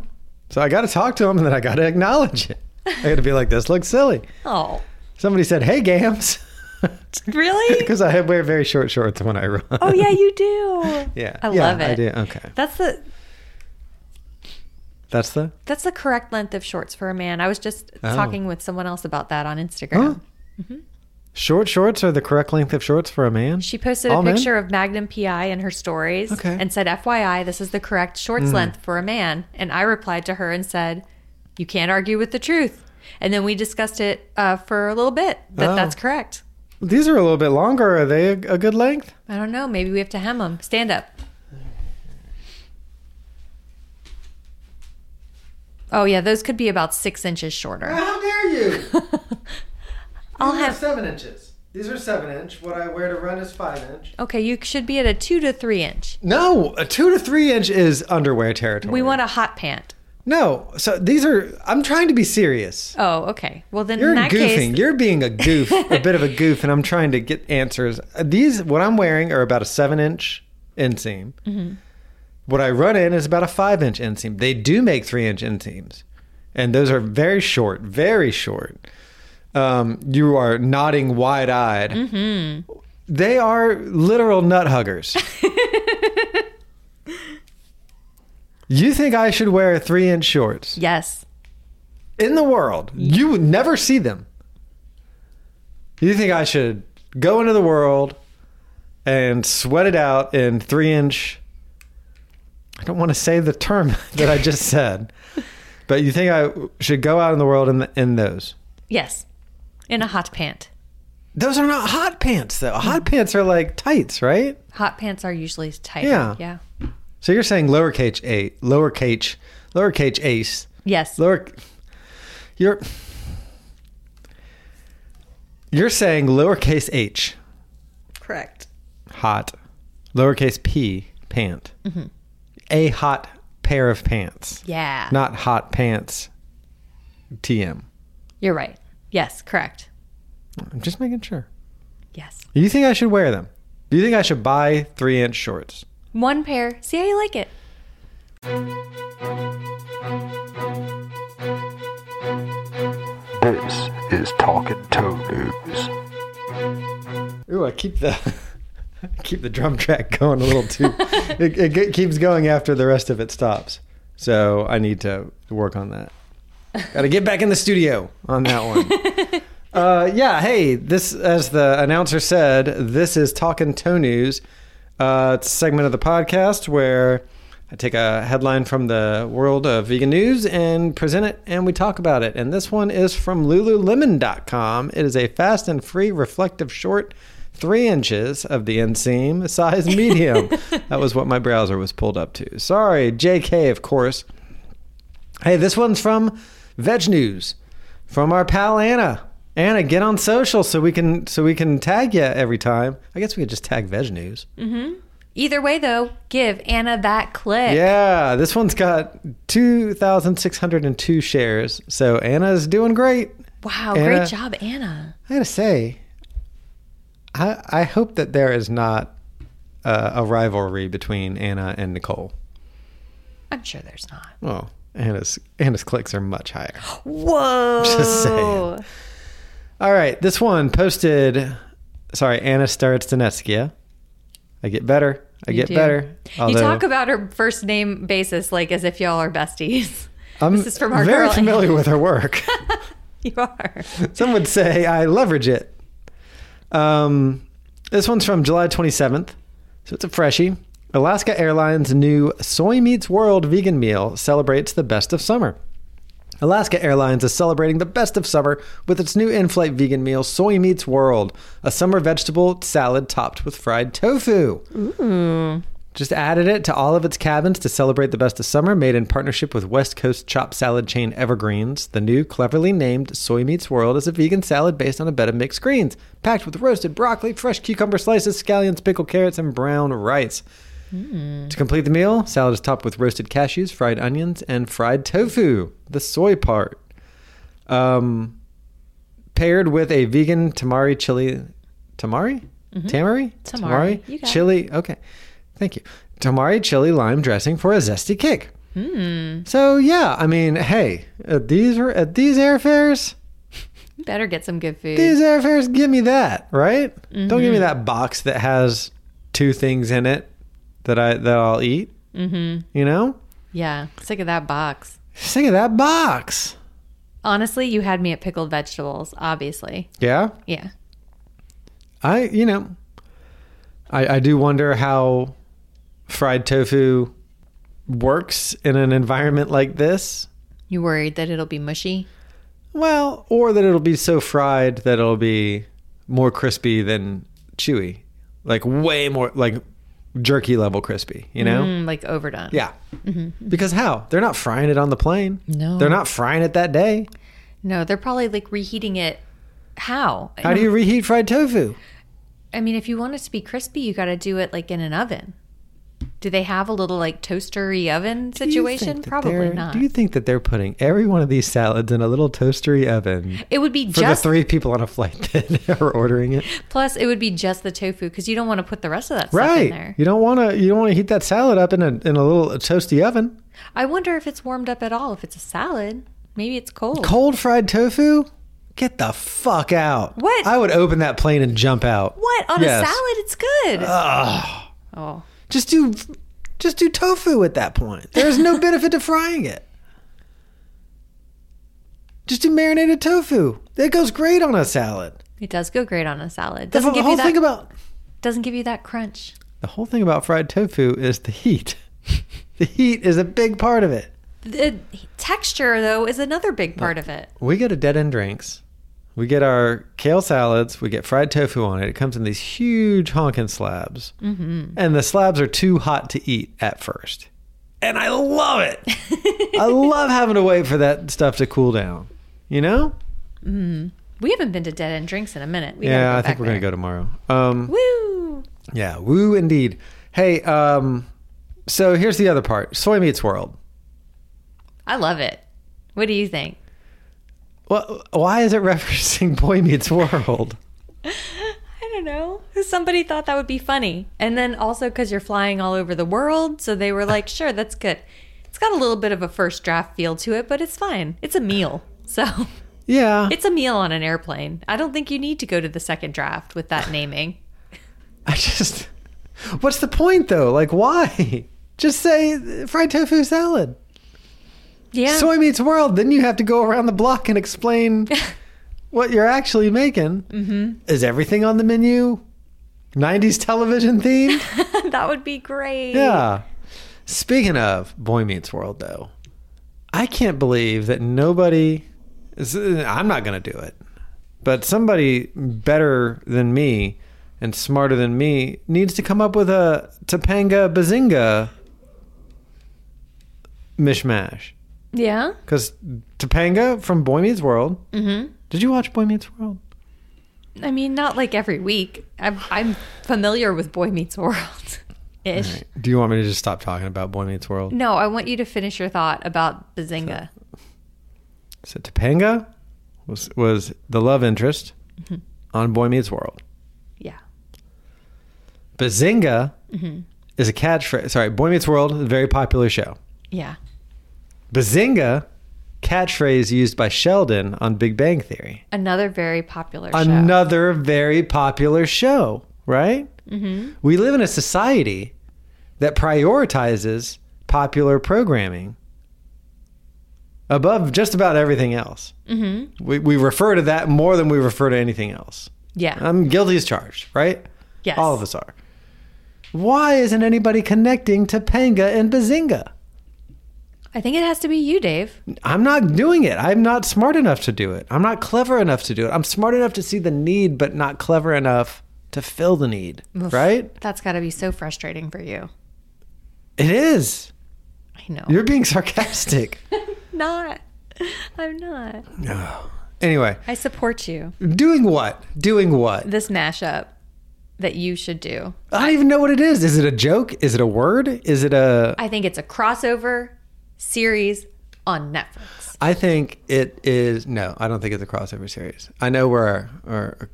[SPEAKER 5] So I got to talk to them and then I got to acknowledge it. I got to be like, this looks silly.
[SPEAKER 4] oh
[SPEAKER 5] Somebody said, hey, Gams.
[SPEAKER 4] [laughs]
[SPEAKER 5] [laughs]
[SPEAKER 4] really
[SPEAKER 5] Because I wear very short shorts when I run.
[SPEAKER 4] oh yeah you do
[SPEAKER 5] [laughs] Yeah.
[SPEAKER 4] i
[SPEAKER 5] Yeah,
[SPEAKER 4] love it
[SPEAKER 5] I do. Okay.
[SPEAKER 4] that's the
[SPEAKER 5] That's the.
[SPEAKER 4] that's the correct length of shorts for a man i was just
[SPEAKER 5] Oh.
[SPEAKER 4] talking with someone else about that on instagram
[SPEAKER 5] Huh? Short shorts are the correct length of shorts for a man.
[SPEAKER 4] She posted a
[SPEAKER 5] All men?
[SPEAKER 4] picture of Magnum PI in her stories
[SPEAKER 5] Okay. Mm.
[SPEAKER 4] and said, FYI, this is the correct shorts length for a man. And I replied to her and said, You can't argue with the truth. And then we discussed it uh, for a little bit that
[SPEAKER 5] Oh.
[SPEAKER 4] that's correct.
[SPEAKER 5] These are a little bit longer. Are they a, a good length?
[SPEAKER 4] I don't know. Maybe we have to hem them. Stand up. Oh, yeah. Those could be about six inches shorter.
[SPEAKER 5] How
[SPEAKER 4] [laughs]
[SPEAKER 5] dare you?
[SPEAKER 4] I'll
[SPEAKER 5] These are
[SPEAKER 4] have.
[SPEAKER 5] seven inches. These are seven inch. What I wear to run is five inch.
[SPEAKER 4] Okay, you should be at a two to three inch.
[SPEAKER 5] No, a two to three inch is underwear territory.
[SPEAKER 4] We want a hot pant.
[SPEAKER 5] no. So these are. I'm trying to be serious.
[SPEAKER 4] Oh, okay. Well, then
[SPEAKER 5] You're
[SPEAKER 4] in that
[SPEAKER 5] goofing.
[SPEAKER 4] case,
[SPEAKER 5] You're being a goof, a bit of a goof, and I'm trying to Uh,
[SPEAKER 4] Mm-hmm.
[SPEAKER 5] get answers. These what I'm wearing are about a seven inch inseam. What I run in is about a five inch inseam. They do make three inch inseams, and those are very short, very short. Um, you are nodding wide eyed.
[SPEAKER 4] Mm-hmm.
[SPEAKER 5] They are literal
[SPEAKER 4] [laughs]
[SPEAKER 5] nut huggers. you think I should wear three inch shorts
[SPEAKER 4] Yes.
[SPEAKER 5] in the world? You would never see them. You think I should go into the world and sweat it out in three inch? I don't want to say the term [laughs] that I just said, but you think I should go out in the world in, in those?
[SPEAKER 4] Yes. In a hot pant.
[SPEAKER 5] Those are not hot pants, though. Hot pants are like tights, right?
[SPEAKER 4] Hot pants are usually tight.
[SPEAKER 5] Yeah.
[SPEAKER 4] Yeah.
[SPEAKER 5] So you're saying lowercase a, lowercase, lowercase ace,
[SPEAKER 4] Yes.
[SPEAKER 5] lower. You're you're saying lowercase h
[SPEAKER 4] Correct.
[SPEAKER 5] hot, lowercase p pant, a hot pair of pants,
[SPEAKER 4] Yeah.
[SPEAKER 5] not hot pants. Tm.
[SPEAKER 4] You're right. Yes. Correct.
[SPEAKER 5] I'm just making sure.
[SPEAKER 4] Yes.
[SPEAKER 5] Do you think I should wear them? Do you think I should buy three inch shorts?
[SPEAKER 4] One pair. See how you like it.
[SPEAKER 6] This is Talking Toe News.
[SPEAKER 5] Ooh, I keep the [laughs] I keep the drum track going a little too. it, it ge- keeps going after the rest of it stops. So I need to work on that. Got to get back in the studio on that one. uh, yeah. Hey, this as the announcer said, this is Talking Toe News. Uh, it's a segment of the podcast where I take a headline from the world of vegan news and present it and we talk about it. And this one is from lululemon.com. It is a fast and free reflective short, three inches of the inseam, size medium. that was what my browser was pulled up to. Sorry, JK, of course. Hey, this one's from Veg News from our pal Anna. Anna, get on social so we can so we can tag you every time. I guess we could just tag Veg News.
[SPEAKER 4] Either way, though, give Anna that click.
[SPEAKER 5] Yeah, this one's got 2,602 shares. So Anna's doing great.
[SPEAKER 4] Wow.
[SPEAKER 5] Anna-
[SPEAKER 4] Great job, Anna.
[SPEAKER 5] I gotta say, I, I hope that there is not uh, a rivalry between Anna and Nicole.
[SPEAKER 4] I'm sure there's not.
[SPEAKER 5] Well, Anna's, Anna's clicks are much higher.
[SPEAKER 4] Whoa.
[SPEAKER 5] [laughs] Just
[SPEAKER 4] Oh.
[SPEAKER 5] saying. All right, this one posted. Sorry, Anna Staretsdineskia. I get better. I get
[SPEAKER 4] do.
[SPEAKER 5] better.
[SPEAKER 4] you
[SPEAKER 5] Although
[SPEAKER 4] talk about her first name basis like as if y'all are besties. [laughs]
[SPEAKER 5] I'm
[SPEAKER 4] this is from our
[SPEAKER 5] very
[SPEAKER 4] girl.
[SPEAKER 5] familiar with her work.
[SPEAKER 4] [laughs] you are.
[SPEAKER 5] Some would say I leverage it. Um, this one's from July 27th, so it's a freshie. Alaska Airlines' new Soy Meets World vegan meal celebrates the best of summer. Alaska Airlines is celebrating the best of summer with its new in flight vegan meal, Soy Meets World, a summer vegetable salad topped with fried tofu. Just added it to all of its cabins to celebrate the best of summer, made in partnership with West Coast chop salad chain Evergreens. The new, cleverly named Soy Meats World is a vegan salad based on a bed of mixed greens, packed with roasted broccoli, fresh cucumber slices, scallions, pickled carrots, and brown rice. To complete the meal, salad is topped with roasted cashews, fried onions, and fried tofu, the soy part. Um, paired with a vegan tamari chili. Tamari? Tamari?
[SPEAKER 4] Mm-hmm. Tamari. You got it.
[SPEAKER 5] chili. Okay. Thank you. Tamari chili lime dressing for a zesty kick.
[SPEAKER 4] Hmm.
[SPEAKER 5] So, yeah, I mean, hey, at these, are- at these airfares,
[SPEAKER 4] Better get some good food.
[SPEAKER 5] these airfares give me that, right? Don't
[SPEAKER 4] Mm-hmm.
[SPEAKER 5] give me that box that has two things in it that I that I'll eat. Mm-hmm. You know,
[SPEAKER 4] Yeah. Sick of that box.
[SPEAKER 5] sick of that box.
[SPEAKER 4] Honestly, you had me at pickled vegetables, obviously.
[SPEAKER 5] Yeah,
[SPEAKER 4] Yeah.
[SPEAKER 5] I you know, I I do wonder how fried tofu works in an environment like this.
[SPEAKER 4] You worried that it'll be mushy?
[SPEAKER 5] Well, or that it'll be so fried that it'll be more crispy than chewy, like way more like jerky level crispy. You know.
[SPEAKER 4] Mm, like overdone.
[SPEAKER 5] Yeah. Because how? They're not frying it on the plane.
[SPEAKER 4] No.
[SPEAKER 5] They're not frying it that day.
[SPEAKER 4] No, they're probably like reheating it. How?
[SPEAKER 5] How do you reheat fried tofu?
[SPEAKER 4] I mean, if you want it to be crispy, you got to do it like in an oven. Do they have a little like toastery oven situation? Probably not.
[SPEAKER 5] Do you think that they're putting every one of these salads in a little toastery oven
[SPEAKER 4] it would be
[SPEAKER 5] for
[SPEAKER 4] just
[SPEAKER 5] the three people on a flight [laughs] that are ordering it?
[SPEAKER 4] plus it would be just the tofu because you don't want to put the rest of that stuff in
[SPEAKER 5] Right.
[SPEAKER 4] there.
[SPEAKER 5] You don't want to. You don't want to heat that salad up in a in a little toasty oven.
[SPEAKER 4] I wonder if it's warmed up at all. If it's a salad, maybe it's cold.
[SPEAKER 5] Cold fried tofu. Get the fuck out.
[SPEAKER 4] What?
[SPEAKER 5] I would open that plane and jump out.
[SPEAKER 4] What on
[SPEAKER 5] Yes.
[SPEAKER 4] a salad? It's good. Oh,
[SPEAKER 5] Just do, just do tofu at that point.
[SPEAKER 4] [laughs]
[SPEAKER 5] There's no benefit to frying it. Just do marinated tofu. That goes great on a salad.
[SPEAKER 4] it does go great on a salad.
[SPEAKER 5] The
[SPEAKER 4] Doesn't give
[SPEAKER 5] whole
[SPEAKER 4] you that.
[SPEAKER 5] thing about
[SPEAKER 4] doesn't give you that crunch.
[SPEAKER 5] the whole thing about fried tofu is the heat. [laughs] the heat is a big part of it.
[SPEAKER 4] The texture though is another big part of it.
[SPEAKER 5] We go to Dead End Drinks. We get our kale salads. We get fried tofu on it. It comes in these huge honkin' slabs, mm-hmm. and the slabs are too hot to eat at first. And I love [laughs] it. I love having to wait for that stuff to cool down. You know?
[SPEAKER 4] We haven't been to Dead End Drinks in a minute. We
[SPEAKER 5] yeah, I
[SPEAKER 4] gotta go
[SPEAKER 5] think we're gonna go tomorrow. Um,
[SPEAKER 4] Woo!
[SPEAKER 5] yeah, woo indeed. Hey, um, so here's the other part: soy meats world.
[SPEAKER 4] I love it. What do you think?
[SPEAKER 5] Well, why is it referencing [laughs] Boy Meets World?
[SPEAKER 4] I don't know. Somebody thought that would be funny. And then also because you're flying all over the world. So they were like, sure, that's good. It's got a little bit of a first draft feel to it, but it's fine. It's a meal. So [laughs]
[SPEAKER 5] Yeah,
[SPEAKER 4] it's a meal on an airplane. I don't think you need to go to the second draft with that naming.
[SPEAKER 5] [laughs] I just. What's the point though? Like, why? [laughs] Just say fried tofu salad.
[SPEAKER 4] Yeah.
[SPEAKER 5] Soy Meets World. Then you have to go around the block and explain what you're actually making. Mm-hmm. Is everything on the menu? 90s television themed?
[SPEAKER 4] that would be great.
[SPEAKER 5] Yeah. Speaking of Boy Meets World, though, I can't believe that nobody. is- I'm not going to do it, but somebody better than me and smarter than me needs to come up with a Topanga Bazinga mishmash.
[SPEAKER 4] Yeah.
[SPEAKER 5] Because Topanga from Boy Meets World. Mm-hmm. Did you watch Boy Meets World?
[SPEAKER 4] I mean, not like every week. I'm, I'm familiar with Boy Meets World ish.
[SPEAKER 5] Do you want me to just stop talking about Boy Meets World?
[SPEAKER 4] No, I want you to finish your thought about Bazinga.
[SPEAKER 5] So Topanga was was the love interest on Boy Meets World.
[SPEAKER 4] Yeah.
[SPEAKER 5] Bazinga is a catchphrase. Sorry, Boy Meets World is a very popular show.
[SPEAKER 4] Yeah.
[SPEAKER 5] Bazinga, catchphrase used by Sheldon on Big Bang Theory.
[SPEAKER 4] Another very popular show.
[SPEAKER 5] Another very popular show, right? Mm-hmm. We live in a society that prioritizes popular programming above just about everything else. Mm-hmm. We, we refer to that more than we refer to anything else.
[SPEAKER 4] Yeah.
[SPEAKER 5] I'm guilty as charged, right?
[SPEAKER 4] Yes.
[SPEAKER 5] All of us are. Why isn't anybody connecting to Panga and Bazinga?
[SPEAKER 4] I think it has to be you, Dave.
[SPEAKER 5] I'm not doing it. I'm not smart enough to do it. I'm not clever enough to do it. I'm smart enough to see the need, but not clever enough to fill the need. Right?
[SPEAKER 4] That's got to be so frustrating for you.
[SPEAKER 5] It is.
[SPEAKER 4] I know.
[SPEAKER 5] You're being sarcastic. [laughs]
[SPEAKER 4] not. [laughs] I'm not.
[SPEAKER 5] anyway,
[SPEAKER 4] I support you.
[SPEAKER 5] doing what? Doing what?
[SPEAKER 4] This mashup that you should do.
[SPEAKER 5] I don't even know what it is. Is it a joke? Is it a word? Is it a.
[SPEAKER 4] I think it's a crossover series on Netflix.
[SPEAKER 5] I think it is. No, I don't think it's a crossover series. I know we're, or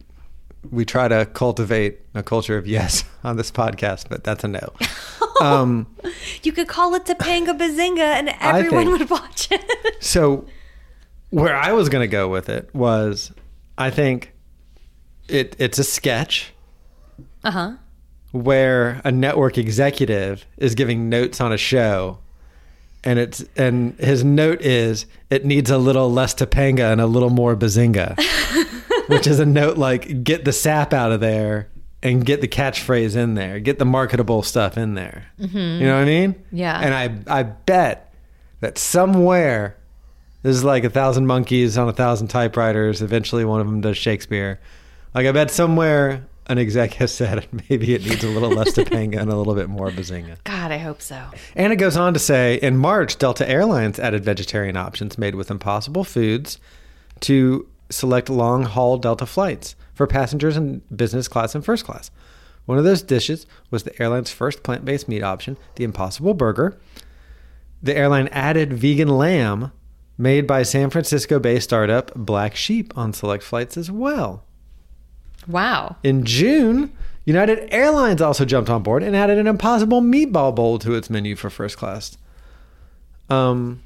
[SPEAKER 5] we try to cultivate a culture of yes [laughs] on this podcast, but that's a no.
[SPEAKER 4] You could call it Topanga Bazinga and everyone
[SPEAKER 5] think-
[SPEAKER 4] would [laughs] watch it.
[SPEAKER 5] So, where I was going to go with it was, I think it it's a sketch
[SPEAKER 4] uh huh.
[SPEAKER 5] where a network executive is giving notes on a show, and it's and his note is it needs a little less Topanga and a little more Bazinga, which is a note like get the sap out of there and get the catchphrase in there, get the marketable stuff in there. You know what I mean?
[SPEAKER 4] Yeah.
[SPEAKER 5] And I I bet that somewhere this is like a thousand monkeys on a thousand typewriters. Eventually, one of them does Shakespeare. Like I bet somewhere an exec has said [laughs] maybe it needs a little less Topanga and a little bit more Bazinga.
[SPEAKER 4] God, I hope so.
[SPEAKER 5] And it goes on to say in March, Delta Airlines added vegetarian options made with impossible foods to select long haul Delta flights for passengers in business class and first class. One of those dishes was the airline's first plant based meat option, the Impossible Burger. The airline added vegan lamb made by San Francisco based startup Black Sheep on select flights as well.
[SPEAKER 4] Wow.
[SPEAKER 5] In June, United Airlines also jumped on board and added an impossible meatball bowl to its menu for first class. Um,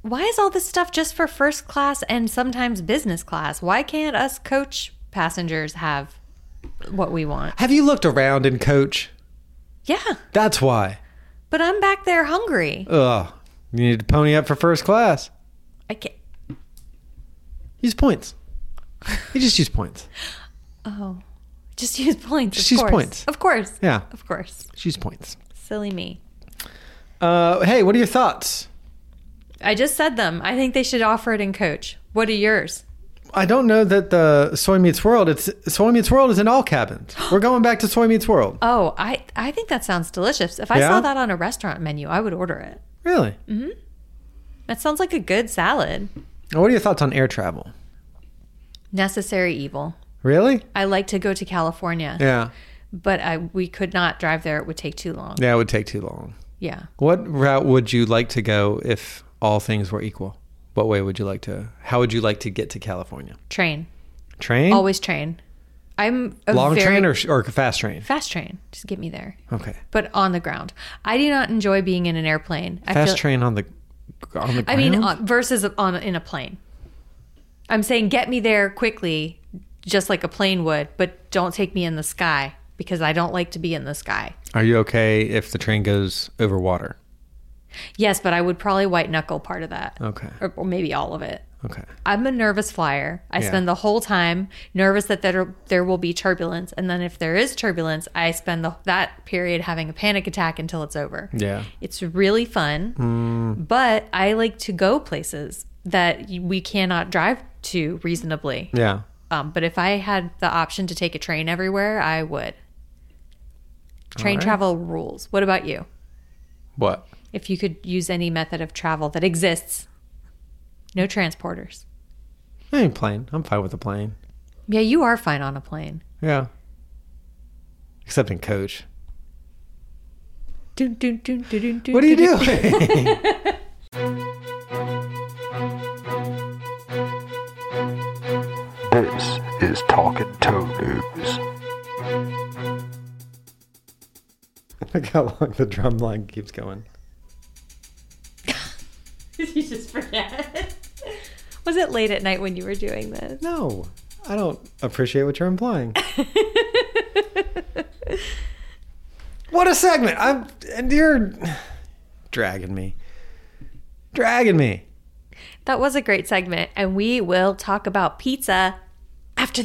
[SPEAKER 4] Why is all this stuff just for first class and sometimes business class? Why can't us coach passengers have what we want?
[SPEAKER 5] have you looked around in coach?
[SPEAKER 4] Yeah,
[SPEAKER 5] That's why.
[SPEAKER 4] but I'm back there hungry.
[SPEAKER 5] Ugh, you need to pony up for first class.
[SPEAKER 4] I can't.
[SPEAKER 5] Use points. You just use points.
[SPEAKER 4] Oh, just [laughs] use points.
[SPEAKER 5] Just
[SPEAKER 4] of
[SPEAKER 5] use
[SPEAKER 4] course.
[SPEAKER 5] points.
[SPEAKER 4] Of course.
[SPEAKER 5] Yeah,
[SPEAKER 4] Of course.
[SPEAKER 5] just use points.
[SPEAKER 4] Silly me.
[SPEAKER 5] Uh, hey, what are your thoughts?
[SPEAKER 4] I just said them. I think they should offer it in coach. What are yours?
[SPEAKER 5] I don't know that the Soy Meets World. It's Soy Meets World is in all cabins. We're going back to Soy Meets World.
[SPEAKER 4] Oh, I I think that sounds delicious. If I
[SPEAKER 5] Yeah?
[SPEAKER 4] saw that on a restaurant menu, I would order it.
[SPEAKER 5] Really?
[SPEAKER 4] That sounds like a good salad.
[SPEAKER 5] Now, What are your thoughts on air travel?
[SPEAKER 4] Necessary evil.
[SPEAKER 5] Really?
[SPEAKER 4] I like to go to California,
[SPEAKER 5] Yeah.
[SPEAKER 4] but I we could not drive there. It would take too long.
[SPEAKER 5] Yeah, it would take too long.
[SPEAKER 4] Yeah.
[SPEAKER 5] What route would you like to go if all things were equal? What way would you like to? How would you like to get to California?
[SPEAKER 4] Train.
[SPEAKER 5] Train,
[SPEAKER 4] Always train. I'm a
[SPEAKER 5] long
[SPEAKER 4] very
[SPEAKER 5] train, or, or fast train?
[SPEAKER 4] fast train. Just get me there.
[SPEAKER 5] Okay,
[SPEAKER 4] But on the ground. I do not enjoy being in an airplane. I
[SPEAKER 5] fast
[SPEAKER 4] feel,
[SPEAKER 5] train on the on the ground.
[SPEAKER 4] I mean, uh, versus on in a plane. I'm saying get me there quickly, just like a plane would, but don't take me in the sky because I don't like to be in the sky.
[SPEAKER 5] are you okay if the train goes over water?
[SPEAKER 4] Yes, but I would probably white knuckle part of that,
[SPEAKER 5] Okay,
[SPEAKER 4] or, or maybe all of it.
[SPEAKER 5] okay,
[SPEAKER 4] I'm a nervous flyer. I
[SPEAKER 5] Yeah.
[SPEAKER 4] spend the whole time nervous that there there will be turbulence, and then if there is turbulence, I spend the, that period having a panic attack until it's over.
[SPEAKER 5] yeah. Mm.
[SPEAKER 4] It's really fun, but I like to go places that y- we cannot drive to reasonably.
[SPEAKER 5] Yeah.
[SPEAKER 4] Um, but if I had the option to take a train everywhere, I would. Train travel rules. What about you?
[SPEAKER 5] What?
[SPEAKER 4] If you could use any method of travel that exists, no transporters.
[SPEAKER 5] I ain't plane. I'm fine with the plane.
[SPEAKER 4] Yeah, you are fine on a plane.
[SPEAKER 5] Yeah. Except in coach.
[SPEAKER 4] Dun, dun, dun, dun, dun, dun, [laughs]
[SPEAKER 5] What are you
[SPEAKER 4] dun, dun.
[SPEAKER 5] doing? [laughs]
[SPEAKER 6] This is Talking Toe News.
[SPEAKER 5] Look how long the drum line keeps going.
[SPEAKER 4] Did you just forget? Was it late at night when you were doing this?
[SPEAKER 5] No, I don't appreciate what you're implying. what a segment! I'm and you're dragging me, dragging me.
[SPEAKER 4] That was a great segment, and we will talk about pizza after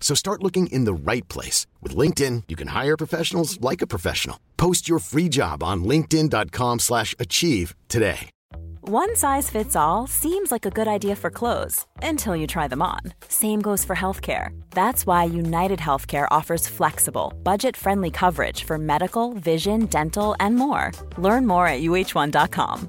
[SPEAKER 7] So start looking in the right place. With LinkedIn, you can hire professionals like a professional. Post your free job on linkedin.com/achieve slash achieve today.
[SPEAKER 8] One size fits all seems like a good idea for clothes until you try them on. Same goes for healthcare. That's why United Healthcare offers flexible, budget friendly coverage for medical, vision, dental, and more. Learn more at uh1.com.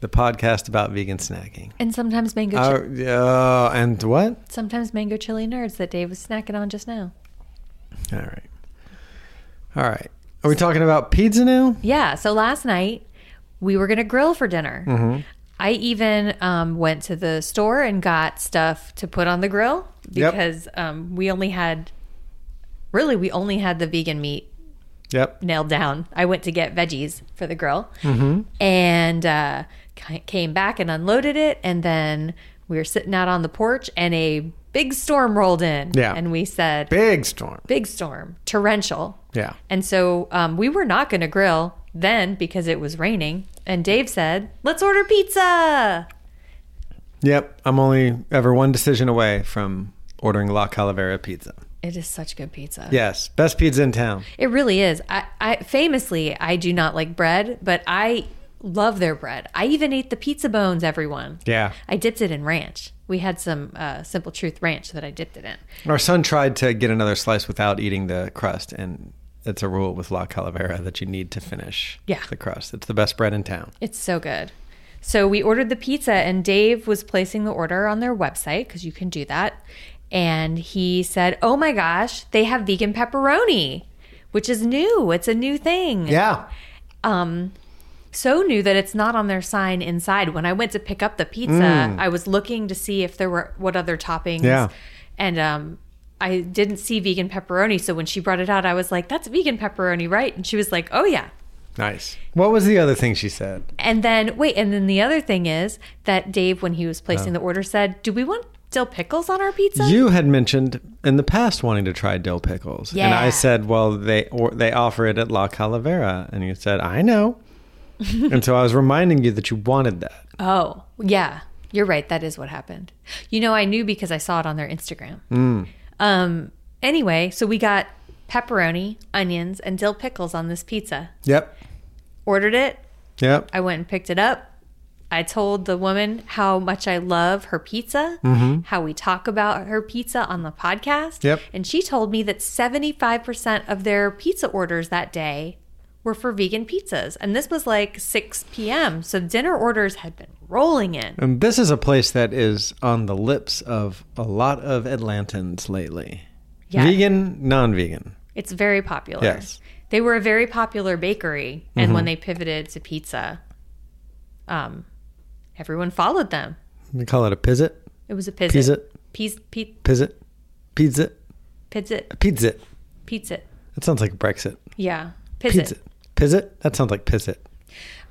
[SPEAKER 5] the podcast about vegan snacking.
[SPEAKER 4] and sometimes mango,
[SPEAKER 5] Uh,
[SPEAKER 4] chi-
[SPEAKER 5] yeah, and what?
[SPEAKER 4] sometimes mango chili nerds that Dave was snacking on just now.
[SPEAKER 5] All right. All right. Are we talking about pizza now?
[SPEAKER 4] Yeah. So last night we were gonna grill for dinner. I even um, went to the store and got stuff to put on the grill
[SPEAKER 5] Yep.
[SPEAKER 4] because um, we only had, really, we only had the vegan meat
[SPEAKER 5] Yep.
[SPEAKER 4] nailed down. I went to get veggies for the grill
[SPEAKER 5] Mm-hmm.
[SPEAKER 4] and uh, ca- came back and unloaded it. And then we were sitting out on the porch and a big storm rolled in.
[SPEAKER 5] Yeah.
[SPEAKER 4] And we said, big,
[SPEAKER 5] Big storm.
[SPEAKER 4] storm, torrential.
[SPEAKER 5] Yeah.
[SPEAKER 4] And so um, we were not going to grill then because it was raining. And Dave said, let's order pizza.
[SPEAKER 5] Yep. I'm only ever one decision away from ordering La Calavera pizza.
[SPEAKER 4] It is such good pizza.
[SPEAKER 5] Yes. Best pizza in town.
[SPEAKER 4] It really is. I, I famously I do not like bread, but I love their bread. I even ate the pizza bones, everyone.
[SPEAKER 5] Yeah.
[SPEAKER 4] I dipped it in ranch. We had some uh, Simple Truth ranch that I dipped it in.
[SPEAKER 5] Our son tried to get another slice without eating the crust, and it's a rule with La Calavera that you need to finish
[SPEAKER 4] Yeah.
[SPEAKER 5] the crust. It's the best bread in town.
[SPEAKER 4] It's so good. So we ordered the pizza, and Dave was placing the order on their website because you can do that. And he said, "Oh my gosh, they have vegan pepperoni, which is new. It's a new thing."
[SPEAKER 5] Yeah.
[SPEAKER 4] so new that it's not on their sign inside. When I went to pick up the pizza, I was looking to see if there were what other toppings.
[SPEAKER 5] Mm. Yeah.
[SPEAKER 4] And um, I didn't see vegan pepperoni. So when she brought it out, I was like, that's vegan pepperoni, right? And she was like, oh, yeah.
[SPEAKER 5] Nice. What was the other thing she said?
[SPEAKER 4] And then, wait, and then the other thing is that Dave, when he was placing the order, said, do we want dill pickles on our pizza?
[SPEAKER 5] You had mentioned in the past wanting to try dill pickles, and I
[SPEAKER 4] Yeah.
[SPEAKER 5] said, "Well, they or they offer it at La Calavera," and you said,
[SPEAKER 4] [laughs]
[SPEAKER 5] "I know," and so I was reminding you that you wanted that.
[SPEAKER 4] Oh, yeah. You're right. That is what happened. You know, I knew because I saw it on their Instagram. Um, anyway, so we got pepperoni, onions, and dill pickles on this pizza.
[SPEAKER 5] Yep,
[SPEAKER 4] Ordered it.
[SPEAKER 5] yep.
[SPEAKER 4] I went and picked it up. I told the woman how much I love her pizza, how we talk about her pizza on the podcast.
[SPEAKER 5] Mm-hmm. Yep.
[SPEAKER 4] And she told me that 75% of their pizza orders that day were for vegan pizzas. And this was like 6 p.m. So dinner orders had been rolling in.
[SPEAKER 5] and this is a place that is on the lips of a lot of Atlantans lately.
[SPEAKER 4] Yeah.
[SPEAKER 5] Vegan, non-vegan.
[SPEAKER 4] It's very popular.
[SPEAKER 5] Yes. Mm-hmm.
[SPEAKER 4] They were a very popular bakery, and when they pivoted to pizza, um, everyone followed them.
[SPEAKER 5] We call it a pizzit,
[SPEAKER 4] It was a pizza.
[SPEAKER 5] Pizza.
[SPEAKER 4] Piz, pi,
[SPEAKER 5] pizzit, pizza,
[SPEAKER 4] pizza.
[SPEAKER 5] pizzit.
[SPEAKER 4] Pizza.
[SPEAKER 5] That sounds like Brexit.
[SPEAKER 4] Yeah. Pizza.
[SPEAKER 5] Pizza, pizzit. That sounds like pizzit.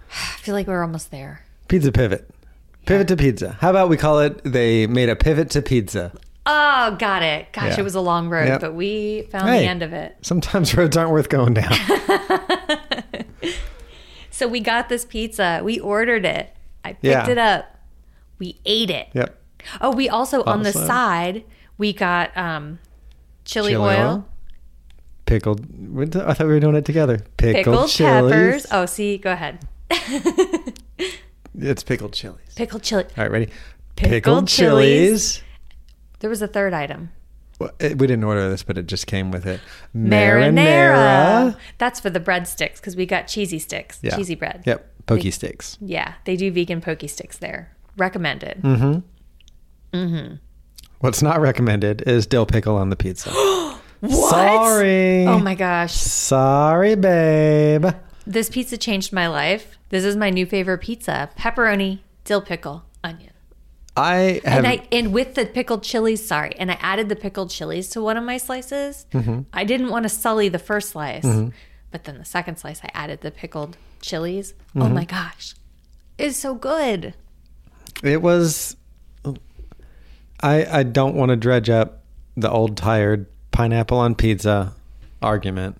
[SPEAKER 4] I feel like we're almost there.
[SPEAKER 5] Pizza pivot. Pivot to pizza. How about we call it? They made a pivot to pizza.
[SPEAKER 4] Oh, got it. Gosh,
[SPEAKER 5] Yeah.
[SPEAKER 4] it was a long road,
[SPEAKER 5] Yep.
[SPEAKER 4] but we found
[SPEAKER 5] Hey.
[SPEAKER 4] the end of it. [laughs]
[SPEAKER 5] Sometimes [laughs] roads aren't worth going down.
[SPEAKER 4] So we got this pizza. We ordered it. I picked
[SPEAKER 5] Yeah.
[SPEAKER 4] it up. We ate it.
[SPEAKER 5] yep.
[SPEAKER 4] Oh, we also on the
[SPEAKER 5] Also.
[SPEAKER 4] side we got um, chili,
[SPEAKER 5] Chili
[SPEAKER 4] oil.
[SPEAKER 5] oil. Pickled. what the- I thought we were doing it together. Pickled,
[SPEAKER 4] pickled
[SPEAKER 5] chilies.
[SPEAKER 4] peppers. Oh, see, go ahead.
[SPEAKER 5] It's pickled chilies.
[SPEAKER 4] Pickled chili.
[SPEAKER 5] All right, ready?
[SPEAKER 4] Pickled
[SPEAKER 5] chilies.
[SPEAKER 4] There was a third item.
[SPEAKER 5] Well, it- we didn't order this, but it just came with it.
[SPEAKER 4] Marinara. That's for the breadsticks because we got cheesy sticks,
[SPEAKER 5] Yeah.
[SPEAKER 4] cheesy bread.
[SPEAKER 5] Yep. Pokey sticks.
[SPEAKER 4] Yeah, they do vegan pokey sticks there. Recommended.
[SPEAKER 5] What's not recommended is dill pickle on
[SPEAKER 4] [gasps]
[SPEAKER 5] the pizza. Sorry.
[SPEAKER 4] Oh my gosh.
[SPEAKER 5] Sorry, babe.
[SPEAKER 4] This pizza changed my life. This is my new favorite pizza. Pepperoni, dill pickle, onion.
[SPEAKER 5] I have
[SPEAKER 4] And I and with the pickled chilies, sorry, and I added the pickled chilies to one of my slices. I didn't want to sully the first slice, but then the second slice I added the pickled chilies. Oh my gosh. It's so good.
[SPEAKER 5] It was. I I don't want to dredge up the old tired pineapple on pizza argument,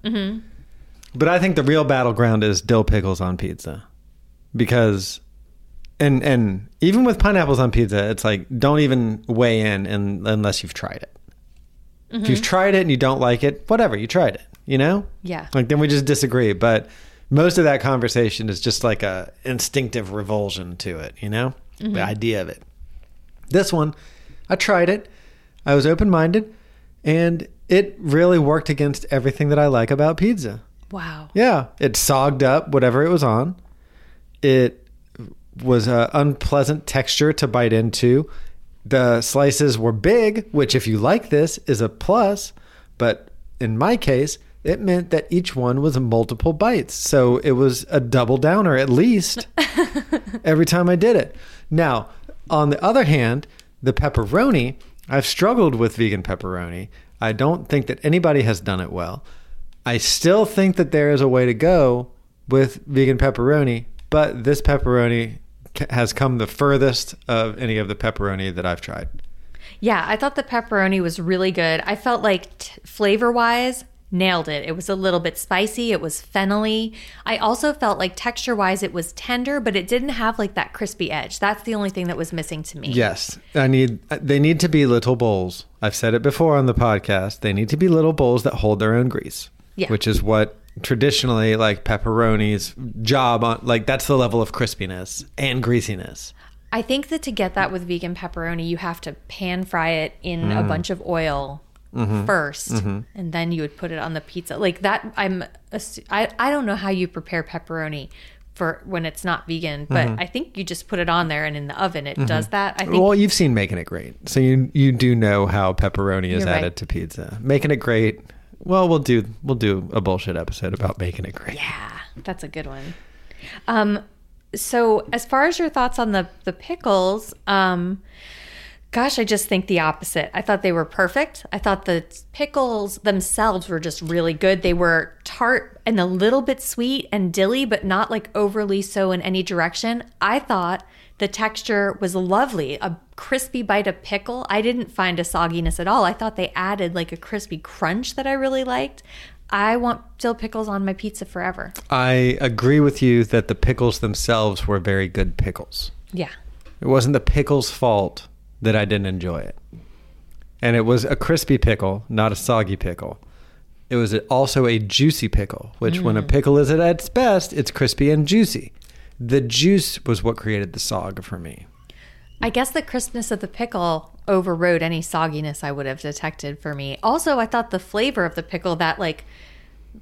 [SPEAKER 5] but I think the real battleground is dill pickles on pizza. because and and even with pineapples on pizza, it's like don't even weigh in and, unless you've tried it. If you've tried it and you don't like it, whatever, you tried it, you know?
[SPEAKER 4] Yeah.
[SPEAKER 5] Like then we just disagree, but most of that conversation is just like a instinctive revulsion to it, you know? The idea of it. This one, I tried it. I was open-minded and it really worked against everything that I like about pizza.
[SPEAKER 4] Wow.
[SPEAKER 5] Yeah, it sogged up whatever it was on. It was an unpleasant texture to bite into. The slices were big, which, if you like this, is a plus. But in my case, it meant that each one was multiple bites. So it was a double downer at least every time I did it. Now, on the other hand, the pepperoni, I've struggled with vegan pepperoni. I don't think that anybody has done it well. I still think that there is a way to go with vegan pepperoni, but this pepperoni ca- has come the furthest of any of the pepperoni that I've tried.
[SPEAKER 4] Yeah, I thought the pepperoni was really good. I felt like t- flavor wise, nailed it. It was a little bit spicy, it was fennelly. I also felt like texture wise, it was tender, but it didn't have like that crispy edge. That's the only thing that was missing to me.
[SPEAKER 5] Yes, I need they need to be little bowls. I've said it before on the podcast. They need to be little bowls that hold their own grease.
[SPEAKER 4] Yeah.
[SPEAKER 5] Which is what traditionally like pepperoni's job on like that's the level of crispiness and greasiness.
[SPEAKER 4] I think that to get that with vegan pepperoni, you have to pan fry it in
[SPEAKER 5] Mm.
[SPEAKER 4] a bunch of oil.
[SPEAKER 5] Mm-hmm.
[SPEAKER 4] 1st and then you would put it on the pizza like that. I'm assu- I I don't know how you prepare pepperoni for when it's not vegan, but I think you just put it on there and in the oven it does that. I think
[SPEAKER 5] Mm-hmm. Well, you've seen Making It Great, so you you do know how pepperoni is
[SPEAKER 4] You're right.
[SPEAKER 5] added to pizza. Making It Great. Well, we'll do we'll do a bullshit episode about Making It Great.
[SPEAKER 4] Yeah, that's a good one. Um, so as far as your thoughts on the the pickles, um, gosh, I just think the opposite. I thought they were perfect. I thought the pickles themselves were just really good. They were tart and a little bit sweet and dilly, but not like overly so in any direction. I thought the texture was lovely, a crispy bite of pickle. I didn't find a sogginess at all. I thought they added like a crispy crunch that I really liked. I want dill pickles on my pizza forever.
[SPEAKER 5] I agree with you that the pickles themselves were very good pickles.
[SPEAKER 4] Yeah.
[SPEAKER 5] It wasn't the pickle's fault that I didn't enjoy it. And it was a crispy pickle, not a soggy pickle. It was also a juicy pickle, which when a pickle is at its best, it's crispy and juicy. The juice was what created the sog for me.
[SPEAKER 4] I guess the crispness of the pickle overrode any sogginess I would have detected for me. Also, I thought the flavor of the pickle, that like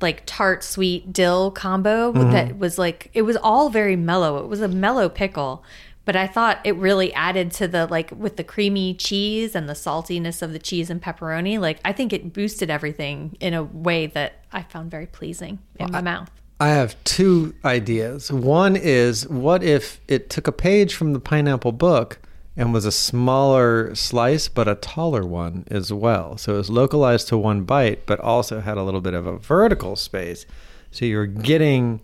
[SPEAKER 4] like tart sweet dill combo
[SPEAKER 5] Mm-hmm.
[SPEAKER 4] that was like it was all very mellow. It was a mellow pickle, but I thought it really added to the like with the creamy cheese and the saltiness of the cheese and pepperoni. Like I think it boosted everything in a way that I found very pleasing in my mouth.
[SPEAKER 5] I have two ideas. One is what if it took a page from the pineapple book and was a smaller slice but a taller one as well. So it was localized to one bite but also had a little bit of a vertical space. So you're getting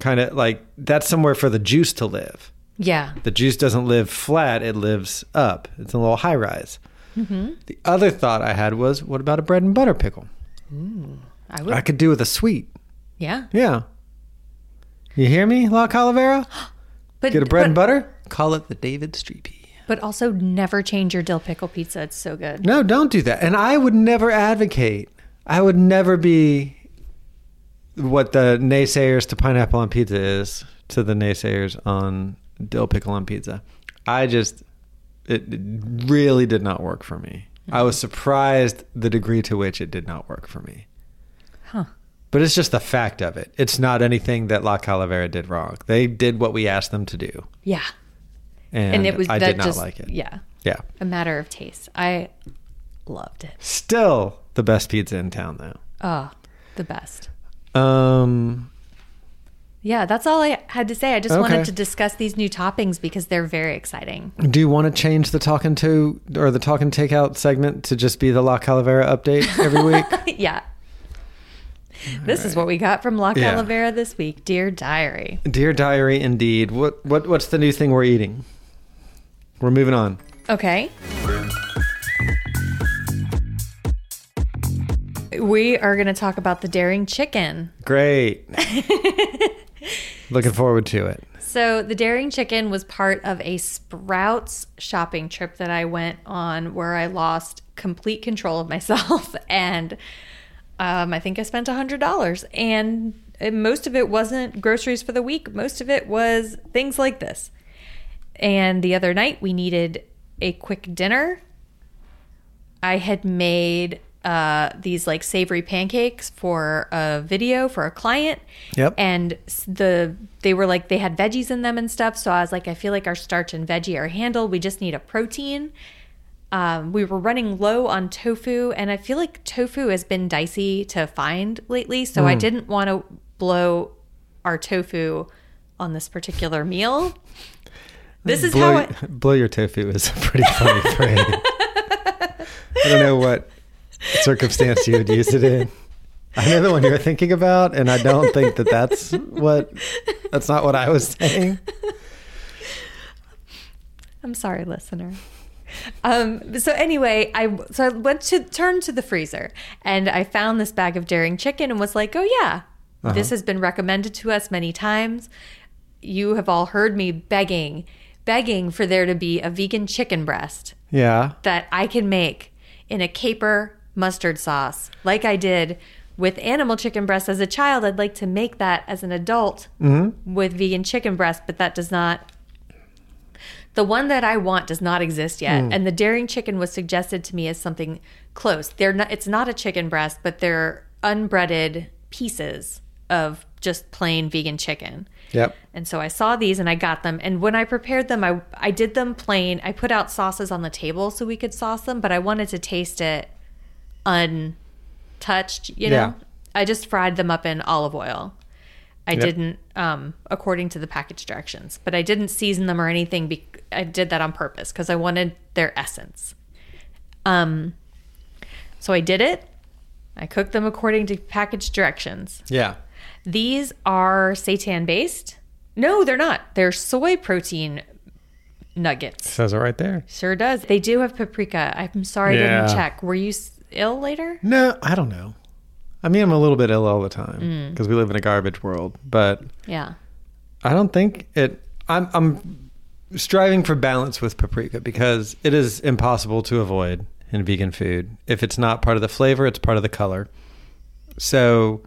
[SPEAKER 5] kind of like that's somewhere for the juice to live.
[SPEAKER 4] Yeah.
[SPEAKER 5] The juice doesn't live flat, it lives up. It's a little high rise.
[SPEAKER 4] Mm-hmm.
[SPEAKER 5] The other thought I had was what about a bread and butter pickle?
[SPEAKER 4] I
[SPEAKER 5] I
[SPEAKER 4] would
[SPEAKER 5] could do with a sweet.
[SPEAKER 4] yeah.
[SPEAKER 5] Yeah. You hear me, La Calavera?
[SPEAKER 4] But
[SPEAKER 5] Get a bread
[SPEAKER 4] but-
[SPEAKER 5] and butter. Call it the David Streepy.
[SPEAKER 4] But also never change your dill pickle pizza. It's so good.
[SPEAKER 5] No, don't do that. And I would never advocate. I would never be what the naysayers to pineapple on pizza is to the naysayers on dill pickle on pizza. I just, it, it really did not work for me. I was surprised the degree to which it did not work for me. But it's just the fact of it. It's not anything that La Calavera did wrong. They did what we asked them to do.
[SPEAKER 4] Yeah.
[SPEAKER 5] And,
[SPEAKER 4] And it was
[SPEAKER 5] I
[SPEAKER 4] that
[SPEAKER 5] did not
[SPEAKER 4] just,
[SPEAKER 5] like it.
[SPEAKER 4] Yeah.
[SPEAKER 5] Yeah.
[SPEAKER 4] A matter of taste. I loved it.
[SPEAKER 5] Still the best pizza in town though.
[SPEAKER 4] Oh, the best.
[SPEAKER 5] Um,
[SPEAKER 4] Yeah, that's all I had to say. I just wanted
[SPEAKER 5] Okay.
[SPEAKER 4] to discuss these new toppings because they're very exciting. [laughs]
[SPEAKER 5] do you want to change the talking to or the talking takeout segment to just be the La Calavera update
[SPEAKER 4] [laughs]
[SPEAKER 5] every week?
[SPEAKER 4] yeah. This is what we got from La
[SPEAKER 5] Yeah.
[SPEAKER 4] Calavera this week. Dear Diary.
[SPEAKER 5] Dear diary, indeed. What what what's the new thing we're eating? We're moving on.
[SPEAKER 4] Okay. [laughs] We are going to talk about the Daring Chicken.
[SPEAKER 5] Great. Looking forward to it.
[SPEAKER 4] So the Daring Chicken was part of a Sprouts shopping trip that I went on where I lost complete control of myself [laughs] and um, I think I spent $100 and it- most of it wasn't groceries for the week. Most of it was things like this. And the other night we needed a quick dinner. I had made uh, these like savory pancakes for a video for a client
[SPEAKER 5] Yep.
[SPEAKER 4] and s- the they were like they had veggies in them and stuff so i was like i feel like our starch and veggie are handled we just need a protein um, we were running low on tofu and i feel like tofu has been dicey to find lately so
[SPEAKER 5] Hmm.
[SPEAKER 4] i didn't want to blow our tofu on this particular meal this is
[SPEAKER 5] blow,
[SPEAKER 4] how it,
[SPEAKER 5] [laughs] blow your tofu is a pretty
[SPEAKER 4] [laughs]
[SPEAKER 5] funny phrase. I don't know what circumstance you would use it in. I know the one you're thinking about, and I don't think that that's what that's not what I was saying.
[SPEAKER 4] i'm sorry listener um so anyway i so i went to turn to the freezer and i found this bag of daring chicken and was like oh yeah this has been recommended to us many times you have all heard me begging begging for there to be a vegan chicken breast
[SPEAKER 5] Yeah,
[SPEAKER 4] that i can make in a caper mustard sauce like i did with animal chicken breast as a child i'd like to make that as an adult with vegan chicken breast but that does not the one that I want does not exist yet, and the daring chicken was suggested to me as something close. They're not. It's not a chicken breast, but they're unbreaded pieces of just plain vegan chicken.
[SPEAKER 5] Yep.
[SPEAKER 4] And so I saw these and I got them. And when I prepared them, I I did them plain. I put out sauces on the table so we could sauce them, but I wanted to taste it untouched. You know,
[SPEAKER 5] Yeah.
[SPEAKER 4] I just fried them up in olive oil. I didn't, um, according to the package directions, but I didn't season them or anything. Be- I did that on purpose because I wanted their essence. Um, so I did it. I cooked them according to package directions.
[SPEAKER 5] yeah.
[SPEAKER 4] These are seitan based. No, they're not. They're soy protein nuggets.
[SPEAKER 5] Says it right there.
[SPEAKER 4] Sure does. They do have paprika. I'm sorry I
[SPEAKER 5] Yeah.
[SPEAKER 4] didn't check. Were you s- ill later?
[SPEAKER 5] No, I don't know. I mean, I'm a little bit ill all the time because we live in a garbage world, but
[SPEAKER 4] Yeah.
[SPEAKER 5] I don't think it. I'm I'm striving for balance with paprika because it is impossible to avoid in vegan food. If it's not part of the flavor, it's part of the color. So,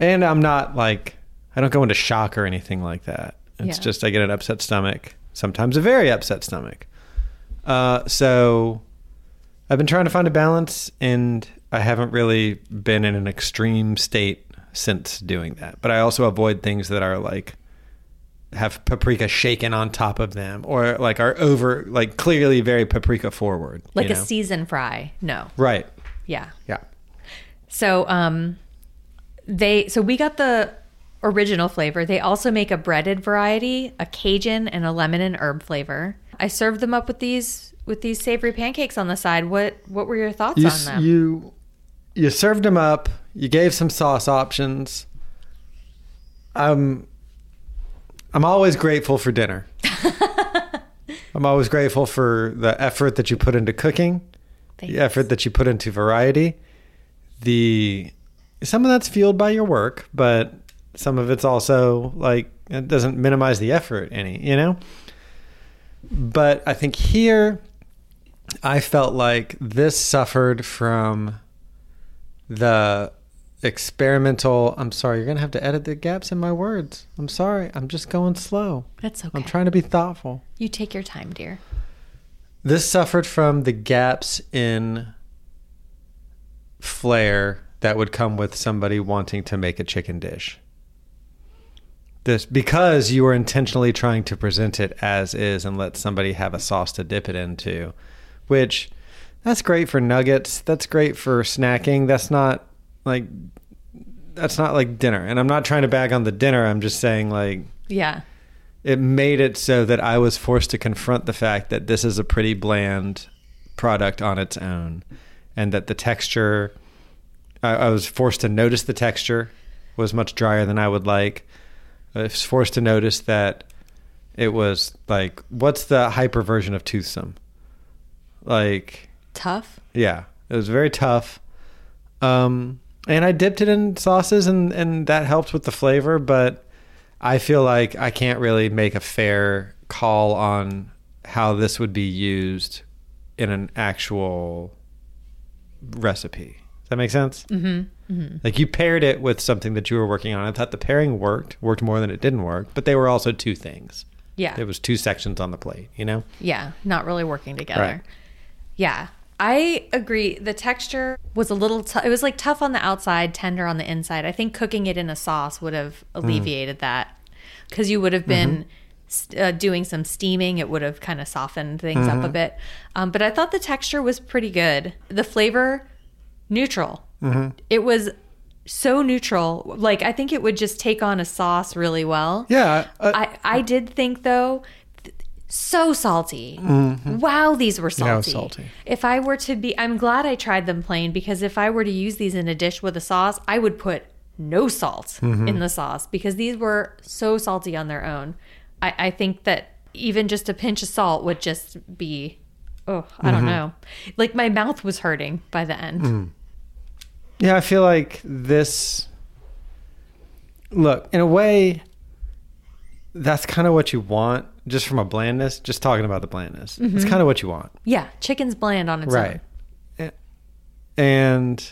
[SPEAKER 5] and I'm not like I don't go into shock or anything like that. It's
[SPEAKER 4] Yeah.
[SPEAKER 5] just I get an upset stomach, sometimes a very upset stomach. Uh, so I've been trying to find a balance, and I haven't really been in an extreme state since doing that. But I also avoid things that are like have paprika shaken on top of them, or like are over, like clearly very paprika forward, you
[SPEAKER 4] Like a
[SPEAKER 5] know?
[SPEAKER 4] season fry. No.
[SPEAKER 5] right?
[SPEAKER 4] Yeah.
[SPEAKER 5] Yeah,
[SPEAKER 4] So um they so we got the original flavor. They also make a breaded variety, a Cajun and a lemon and herb flavor. I served them up with these with these savory pancakes on the side. What what were your thoughts
[SPEAKER 5] you
[SPEAKER 4] on
[SPEAKER 5] s-
[SPEAKER 4] them?
[SPEAKER 5] you you served them up. You gave some sauce options. Um, I'm always grateful
[SPEAKER 4] [laughs]
[SPEAKER 5] for dinner. I'm always grateful for the effort that you put into cooking.
[SPEAKER 4] Thanks.
[SPEAKER 5] the effort that you put into variety the some of that's fueled by your work but some of it's also like it doesn't minimize the effort any you know but i think here i felt like this suffered from the experimental i'm sorry you're gonna have to edit the gaps in my words i'm sorry i'm just going slow
[SPEAKER 4] That's okay.
[SPEAKER 5] i'm trying to be thoughtful
[SPEAKER 4] you take your time, dear.
[SPEAKER 5] this suffered from the gaps in flair that would come with somebody wanting to make a chicken dish. This because you were intentionally trying to present it as is and let somebody have a sauce to dip it into, which that's great for nuggets, that's great for snacking, that's not like that's not like dinner. And I'm not trying to bag on the dinner, I'm just saying like
[SPEAKER 4] Yeah.
[SPEAKER 5] it made it so that I was forced to confront the fact that this is a pretty bland product on its own, and that the texture I, I was forced to notice the texture was much drier than I would like. I was forced to notice that it was like what's the hyper version of toothsome? Like
[SPEAKER 4] Tough.
[SPEAKER 5] yeah, it was very tough. Um, and I dipped it in sauces, and and that helped with the flavor. But I feel like I can't really make a fair call on how this would be used in an actual recipe. Does that make sense? Mm-hmm. Like you paired it with something that you were working on. I thought the pairing worked, worked more than it didn't work, but they were also two things.
[SPEAKER 4] Yeah.
[SPEAKER 5] There was two sections on the plate, you know?
[SPEAKER 4] Yeah, not really working together.
[SPEAKER 5] Right.
[SPEAKER 4] Yeah, I agree. The texture was a little, t- it was like tough on the outside, tender on the inside. I think cooking it in a sauce would have
[SPEAKER 5] Mm.
[SPEAKER 4] alleviated that because you would
[SPEAKER 5] Mm-hmm.
[SPEAKER 4] have been s uh, doing some steaming. It would have kind of softened things up
[SPEAKER 5] Mm-hmm.
[SPEAKER 4] a bit. Um, but I thought the texture was pretty good. The flavor, neutral.
[SPEAKER 5] Mm-hmm.
[SPEAKER 4] It was so neutral. Like, I think it would just take on a sauce really well.
[SPEAKER 5] Yeah. uh,
[SPEAKER 4] I, I did think though, th- so salty. Wow, these were salty.
[SPEAKER 5] Mm-hmm. Yeah, it was salty.
[SPEAKER 4] If I were to be, I'm glad I tried them plain because if I were to use these in a dish with a sauce, I would put no salt
[SPEAKER 5] Mm-hmm.
[SPEAKER 4] in the sauce because these were so salty on their own. I, I think that even just a pinch of salt would just be, oh, I
[SPEAKER 5] Mm-hmm.
[SPEAKER 4] don't know. Like my mouth was hurting by the end.
[SPEAKER 5] Mm. Yeah, I feel like this. Look, in a way, that's kind of what you want, just from a blandness. Just talking about the blandness, it's kind of what you want,
[SPEAKER 4] Yeah, chicken's bland on its own.
[SPEAKER 5] right? And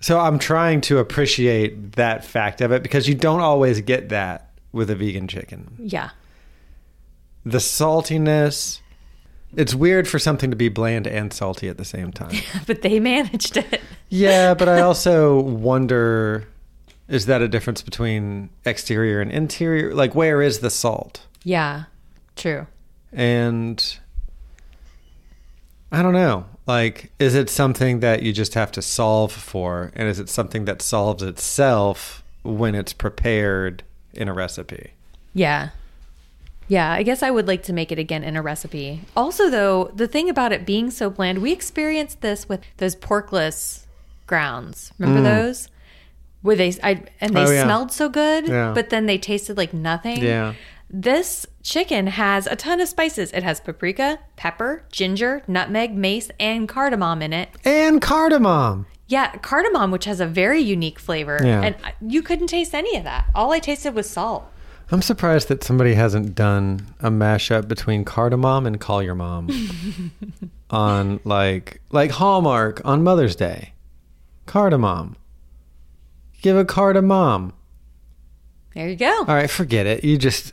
[SPEAKER 5] so I'm trying to appreciate that fact of it because you don't always get that with a vegan chicken.
[SPEAKER 4] Yeah. [laughs]
[SPEAKER 5] The saltiness. It's weird for something to be bland and salty at the same time.
[SPEAKER 4] But they [laughs] managed it.
[SPEAKER 5] Yeah, but I also wonder is that a difference between exterior and interior? Like, where is the salt?
[SPEAKER 4] Yeah, true.
[SPEAKER 5] And I don't know. Like, is it something that you just have to solve for? And is it something that solves itself when it's prepared in a recipe?
[SPEAKER 4] Yeah. Yeah, I guess I would like to make it again in a recipe. Also, though, the thing about it being so bland, we experienced this with those porkless grounds. Remember those? Where they I, and they
[SPEAKER 5] Mm. Oh, yeah.
[SPEAKER 4] smelled so good,
[SPEAKER 5] Yeah.
[SPEAKER 4] but then they tasted like nothing.
[SPEAKER 5] Yeah.
[SPEAKER 4] This chicken has a ton of spices. It has paprika, pepper, ginger, nutmeg, mace, and cardamom in it.
[SPEAKER 5] And cardamom.
[SPEAKER 4] Yeah, cardamom, which has a very unique flavor,
[SPEAKER 5] Yeah.
[SPEAKER 4] and I- you couldn't taste any of that. All I tasted was salt.
[SPEAKER 5] I'm surprised that somebody hasn't done a mashup between Cardamom and Call Your Mom on like like Hallmark on Mother's Day. Cardamom. Give a cardamom.
[SPEAKER 4] There you go.
[SPEAKER 5] All right, forget it. You just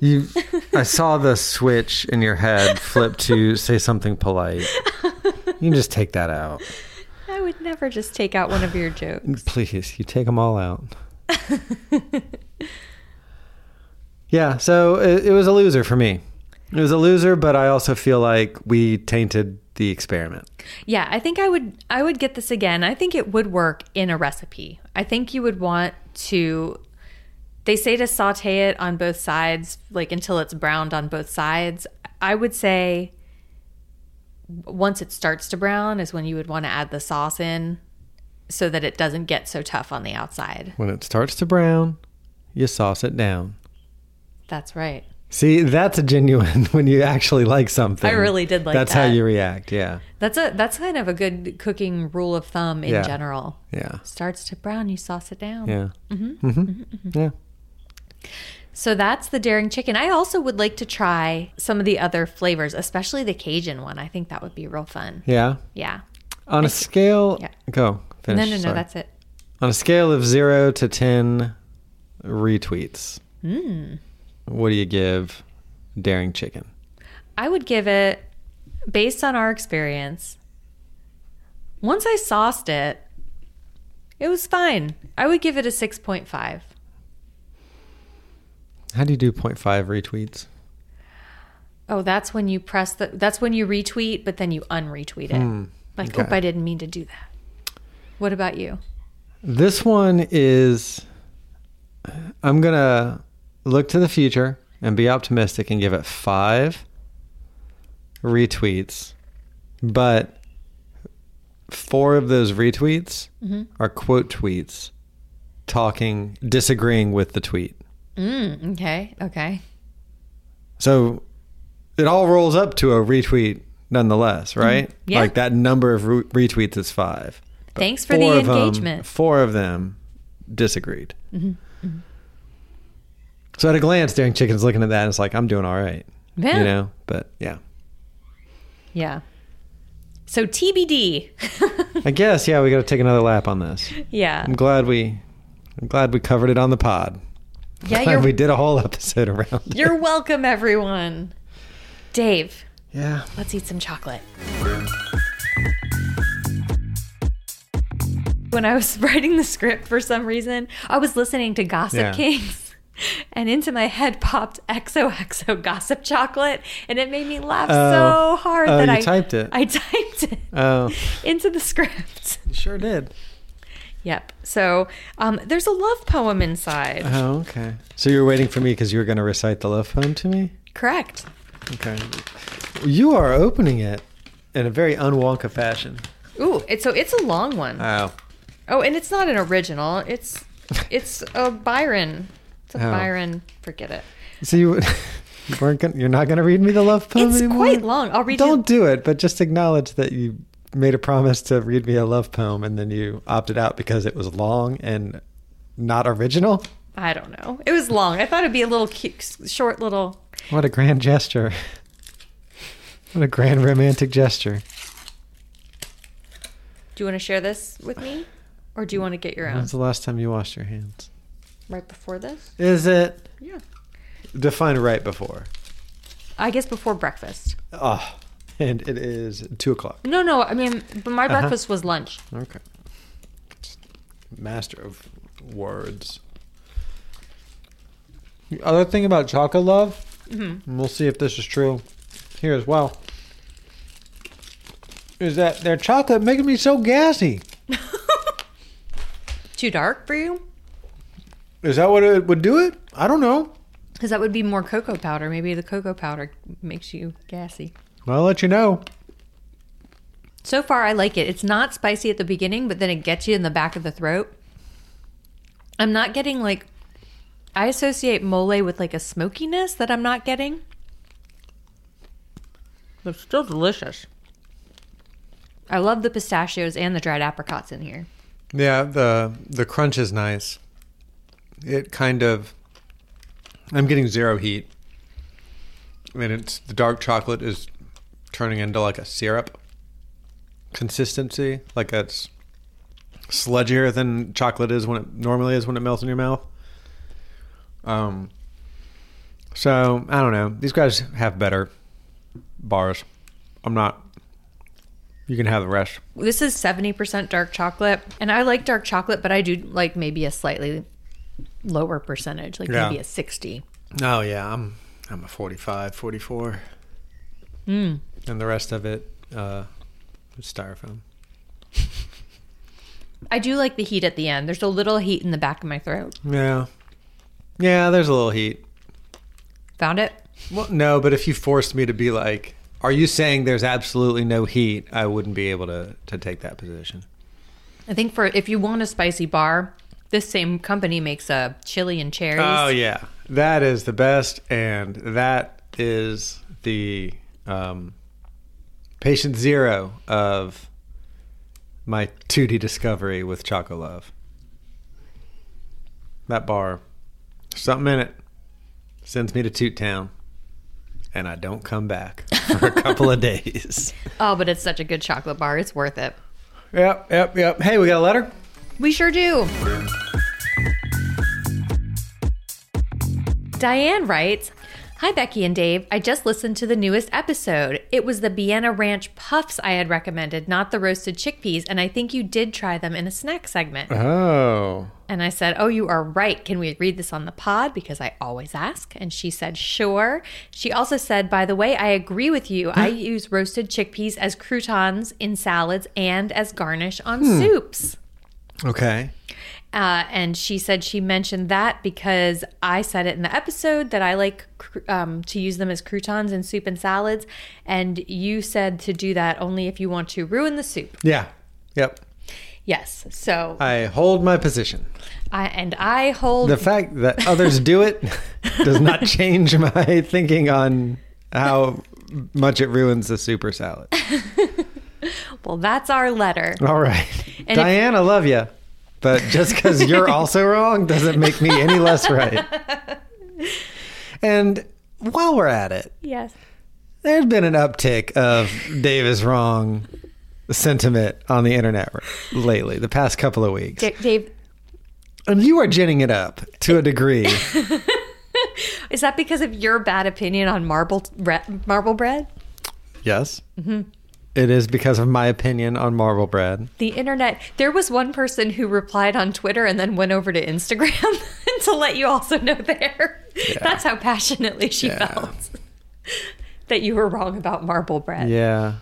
[SPEAKER 5] you I saw the switch in your head flip to say something polite. You can just take that out.
[SPEAKER 4] I would never just take out one of your jokes.
[SPEAKER 5] Please, you take them
[SPEAKER 4] [laughs]
[SPEAKER 5] all out. yeah, so it, it was a loser for me. It was a loser, but I also feel like we tainted the experiment.
[SPEAKER 4] Yeah, I think I would I would get this again. I think it would work in a recipe. I think you would want to they say to saute it on both sides like until it's browned on both sides. I would say once it starts to brown is when you would want to add the sauce in so that it doesn't get so tough on the outside.
[SPEAKER 5] When it starts to brown, you sauce it down.
[SPEAKER 4] That's right.
[SPEAKER 5] See, that's a genuine [laughs] when you actually like something.
[SPEAKER 4] I really did like
[SPEAKER 5] That's how
[SPEAKER 4] that.
[SPEAKER 5] you react. Yeah.
[SPEAKER 4] That's a that's kind of a good cooking rule of thumb in
[SPEAKER 5] Yeah.
[SPEAKER 4] general.
[SPEAKER 5] Yeah.
[SPEAKER 4] Starts to brown, you sauce it down.
[SPEAKER 5] Yeah. Mm-hmm. Mm-hmm. Yeah.
[SPEAKER 4] So that's the daring chicken. I also would like to try some of the other flavors, especially the Cajun one. I think that would be real fun.
[SPEAKER 5] Yeah.
[SPEAKER 4] Yeah.
[SPEAKER 5] On a scale,
[SPEAKER 4] yeah.
[SPEAKER 5] go finish.
[SPEAKER 4] no, no, no.
[SPEAKER 5] sorry.
[SPEAKER 4] That's it.
[SPEAKER 5] On a scale of zero to 10 retweets, what do you give Daring Chicken?
[SPEAKER 4] I would give it, based on our experience, once I sauced it, it was fine. I would give it a 6.5.
[SPEAKER 5] How do you do 0.5 retweets?
[SPEAKER 4] Oh, that's when you press the, that's when you retweet, but then you unretweet it.
[SPEAKER 5] Hmm,
[SPEAKER 4] like, hope I didn't mean to do that. What about you?
[SPEAKER 5] This one is, I'm going to look to the future and be optimistic and give it five retweets, but four of those retweets are quote tweets talking, disagreeing with the tweet.
[SPEAKER 4] Mm, Okay. Okay.
[SPEAKER 5] Uh, So it all rolls up to a retweet nonetheless, right?
[SPEAKER 4] Mm-hmm. Yeah.
[SPEAKER 5] Like that number of re- retweets is five.
[SPEAKER 4] Thanks for the
[SPEAKER 5] of um, 'em-
[SPEAKER 4] engagement. Mm-hmm.
[SPEAKER 5] four of them disagreed. So at a glance, Daring Chicken's looking at that and it's like, I'm doing all right.
[SPEAKER 4] Yeah.
[SPEAKER 5] You know, but yeah.
[SPEAKER 4] Yeah. So TBD.
[SPEAKER 5] I guess, yeah, we got to take another lap on this.
[SPEAKER 4] [laughs] yeah.
[SPEAKER 5] I'm glad we, I'm glad we covered it on the pod.
[SPEAKER 4] Yeah,
[SPEAKER 5] Glad
[SPEAKER 4] you're,
[SPEAKER 5] we did a whole episode around.
[SPEAKER 4] [laughs]
[SPEAKER 5] it.
[SPEAKER 4] you're welcome, everyone. Dave,
[SPEAKER 5] Yeah.
[SPEAKER 4] let's eat some chocolate. When I was [laughs] writing the script for some reason, I was listening to Gossip
[SPEAKER 5] Yeah.
[SPEAKER 4] Kings. [laughs] And into my head popped XOXO gossip chocolate, and it made me laugh
[SPEAKER 5] Oh.
[SPEAKER 4] so hard
[SPEAKER 5] Oh,
[SPEAKER 4] that
[SPEAKER 5] you
[SPEAKER 4] I
[SPEAKER 5] typed it.
[SPEAKER 4] I [laughs] typed it
[SPEAKER 5] Oh,
[SPEAKER 4] [laughs] into the script. [laughs]
[SPEAKER 5] you sure did.
[SPEAKER 4] Yep. So um, there's a love poem inside.
[SPEAKER 5] Oh, okay. So you were waiting for me because you were going to recite the love poem to me?
[SPEAKER 4] Correct.
[SPEAKER 5] Okay. You are opening it in a very unwonka fashion.
[SPEAKER 4] Ooh, it's so it's a long one.
[SPEAKER 5] Oh.
[SPEAKER 4] oh, and it's not an original. It's it's a Byron. It's a
[SPEAKER 5] Oh.
[SPEAKER 4] Byron. Forget it.
[SPEAKER 5] So you, [laughs] you weren't gonna, you're not going to read me the love poem
[SPEAKER 4] It's
[SPEAKER 5] anymore?
[SPEAKER 4] quite long. I'll read you-
[SPEAKER 5] Don't do it, but just acknowledge that you made a promise to read me a love poem and then you opted out because it was long and not original.
[SPEAKER 4] I don't know. It was long. I thought it'd be a little cute, short little.
[SPEAKER 5] What a grand gesture. [laughs] What a grand romantic gesture.
[SPEAKER 4] Do you want to share this with me, or do you want to get your own
[SPEAKER 5] When's the last time you washed your hands? Mm-hmm.
[SPEAKER 4] right before this?
[SPEAKER 5] Is it
[SPEAKER 4] Yeah.
[SPEAKER 5] define right before?
[SPEAKER 4] I guess before breakfast.
[SPEAKER 5] Oh, and it is two o'clock.
[SPEAKER 4] No, no. I mean, but my
[SPEAKER 5] Uh-huh.
[SPEAKER 4] breakfast was lunch.
[SPEAKER 5] Okay. Master of words. The other thing about chocolate love, and we'll see if this is true here as well, is that their chocolate making me so gassy.
[SPEAKER 4] Too dark for you?
[SPEAKER 5] Is that what it would do it? I don't know.
[SPEAKER 4] Because that would be more cocoa powder. Maybe the cocoa powder makes you gassy.
[SPEAKER 5] I'll let you know.
[SPEAKER 4] So far, I like it. It's not spicy at the beginning, but then it gets you in the back of the throat. I'm not getting like, I associate mole with like a smokiness that I'm not getting. But it's still delicious. I love the pistachios and the dried apricots in here.
[SPEAKER 5] Yeah, the the crunch is nice. It kind of I'm getting zero heat. I mean it's the dark chocolate is turning into like a syrup consistency. Like it's sludgier than chocolate is when it normally is when it melts in your mouth. Um so I don't know. These guys have better bars. I'm not you can have the rest.
[SPEAKER 4] This is 70% dark chocolate. And I like dark chocolate, but I do like maybe a slightly lower percentage, like
[SPEAKER 5] Yeah.
[SPEAKER 4] maybe a 60.
[SPEAKER 5] Oh yeah, I'm I'm a 45, 44. Mm. And the rest of it uh is styrofoam.
[SPEAKER 4] I do like the heat at the end. There's a little heat in the back of my throat.
[SPEAKER 5] Yeah. Yeah, there's a little heat.
[SPEAKER 4] Found it?
[SPEAKER 5] Well, no, but if you forced me to be like, are you saying there's absolutely no heat? I wouldn't be able to to take that position.
[SPEAKER 4] I think for if you want a spicy bar, this same company makes a chili and cherries.
[SPEAKER 5] Oh yeah. That is the best and that is the um patient zero of my 2D discovery with Choco Love. That bar, something in it sends me to Toot Town, and I don't come back [laughs] for a couple of days.
[SPEAKER 4] Oh, but it's such a good chocolate bar. It's worth it.
[SPEAKER 5] [laughs] Yep, yep, yep. Hey, we got a letter.
[SPEAKER 4] We sure do. Diane writes Hi, Becky and Dave. I just listened to the newest episode. It was the Vienna Ranch Puffs I had recommended, not the roasted chickpeas, and I think you did try them in a snack
[SPEAKER 5] Uh-huh.
[SPEAKER 4] segment.
[SPEAKER 5] Oh,
[SPEAKER 4] And I said, Oh, you are right. Can we read this on the pod? Because I always ask. And she said, Sure. She also said, By the way, I agree with you. I use roasted chickpeas as croutons in salads and as garnish on soups.
[SPEAKER 5] okay.
[SPEAKER 4] Uh, and she said she mentioned that because I said it in the episode that I like cr- um, to use them as croutons in soup and salads. And you said to do that only if you want to ruin the soup.
[SPEAKER 5] Yeah, yep.
[SPEAKER 4] Yes. So I,
[SPEAKER 5] I hold my position.
[SPEAKER 4] and I hold
[SPEAKER 5] The fact that others do it does [laughs] not change my thinking on how much it ruins the super salad.
[SPEAKER 4] well. That's our letter.
[SPEAKER 5] All right.
[SPEAKER 4] if-
[SPEAKER 5] Diane, I love [laughs] you. But just because you're also wrong doesn't make me any less right. And while we're at it,
[SPEAKER 4] Yes.
[SPEAKER 5] there's been an uptick of Dave is wrong sentiment on the internet lately, the past couple of weeks.
[SPEAKER 4] D- Dave,
[SPEAKER 5] And you are ginning it up to a degree.
[SPEAKER 4] [laughs] is that because of your bad opinion on marble re- marble bread?
[SPEAKER 5] yes. Mm-hmm. It is because of my opinion on marble bread.
[SPEAKER 4] The internet. There was one person who replied on Twitter and then went over to Instagram [laughs] to let you also know there. That's how passionately she felt [laughs] that you were wrong about marble bread.
[SPEAKER 5] Yeah.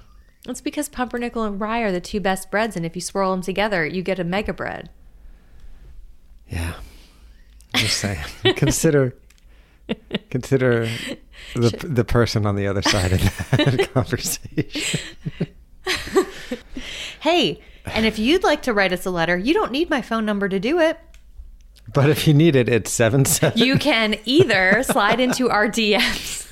[SPEAKER 4] It's because pumpernickel and rye are the two best breads, and if you swirl them together, you get a mega bread.
[SPEAKER 5] Yeah. Just saying. consider consider the the person on the other side of that [laughs] conversation.
[SPEAKER 4] Hey, and if you'd like to write us a letter, you don't need my phone number to do it.
[SPEAKER 5] But if you need it, it's seven
[SPEAKER 4] [laughs]
[SPEAKER 5] seven.
[SPEAKER 4] You can either slide into our DMs.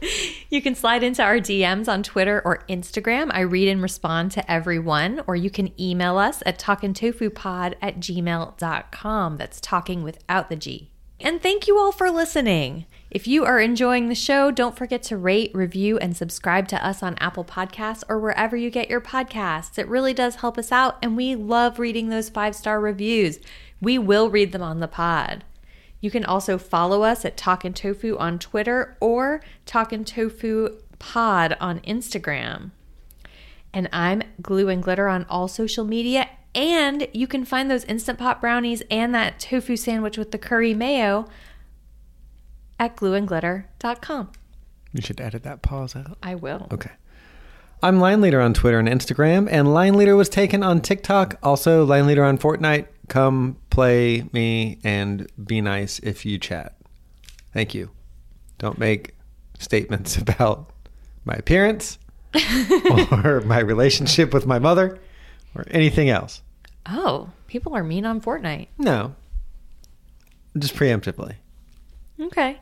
[SPEAKER 4] [laughs] you can slide into our DMs on Twitter or Instagram. I read and respond to everyone. Or you can email us at talkingtofupod at gmail.com. That's talking without the G. And thank you all for listening. If you are enjoying the show, don't forget to rate, review, and subscribe to us on Apple Podcasts or wherever you get your podcasts. It really does help us out, and we love reading those five star reviews. We will read them on the pod. You can also follow us at Talkin' Tofu on Twitter or Talkin' Tofu Pod on Instagram. And I'm Glue and Glitter on all social media. And you can find those Instant Pot brownies and that tofu sandwich with the curry mayo at glueandglitter.com.
[SPEAKER 5] You should edit that pause out.
[SPEAKER 4] I will.
[SPEAKER 5] Okay. I'm Line Leader on Twitter and Instagram, and Line Leader was taken on TikTok. Also, Line Leader on Fortnite. Come play me and be nice if you chat. Thank you. Don't make statements [laughs] about my appearance or my relationship with my mother or anything else.
[SPEAKER 4] Oh, people are mean on Fortnite.
[SPEAKER 5] No. Just preemptively.
[SPEAKER 4] Okay.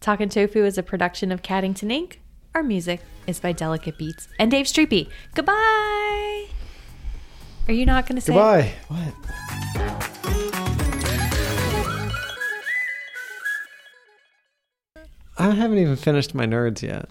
[SPEAKER 4] Talkin' Tofu is a production of Caddington Inc. Our music is by Delicate Beats and Dave Streepy. Goodbye. Are you not going to say
[SPEAKER 5] Goodbye. What? I haven't even finished my nerds yet.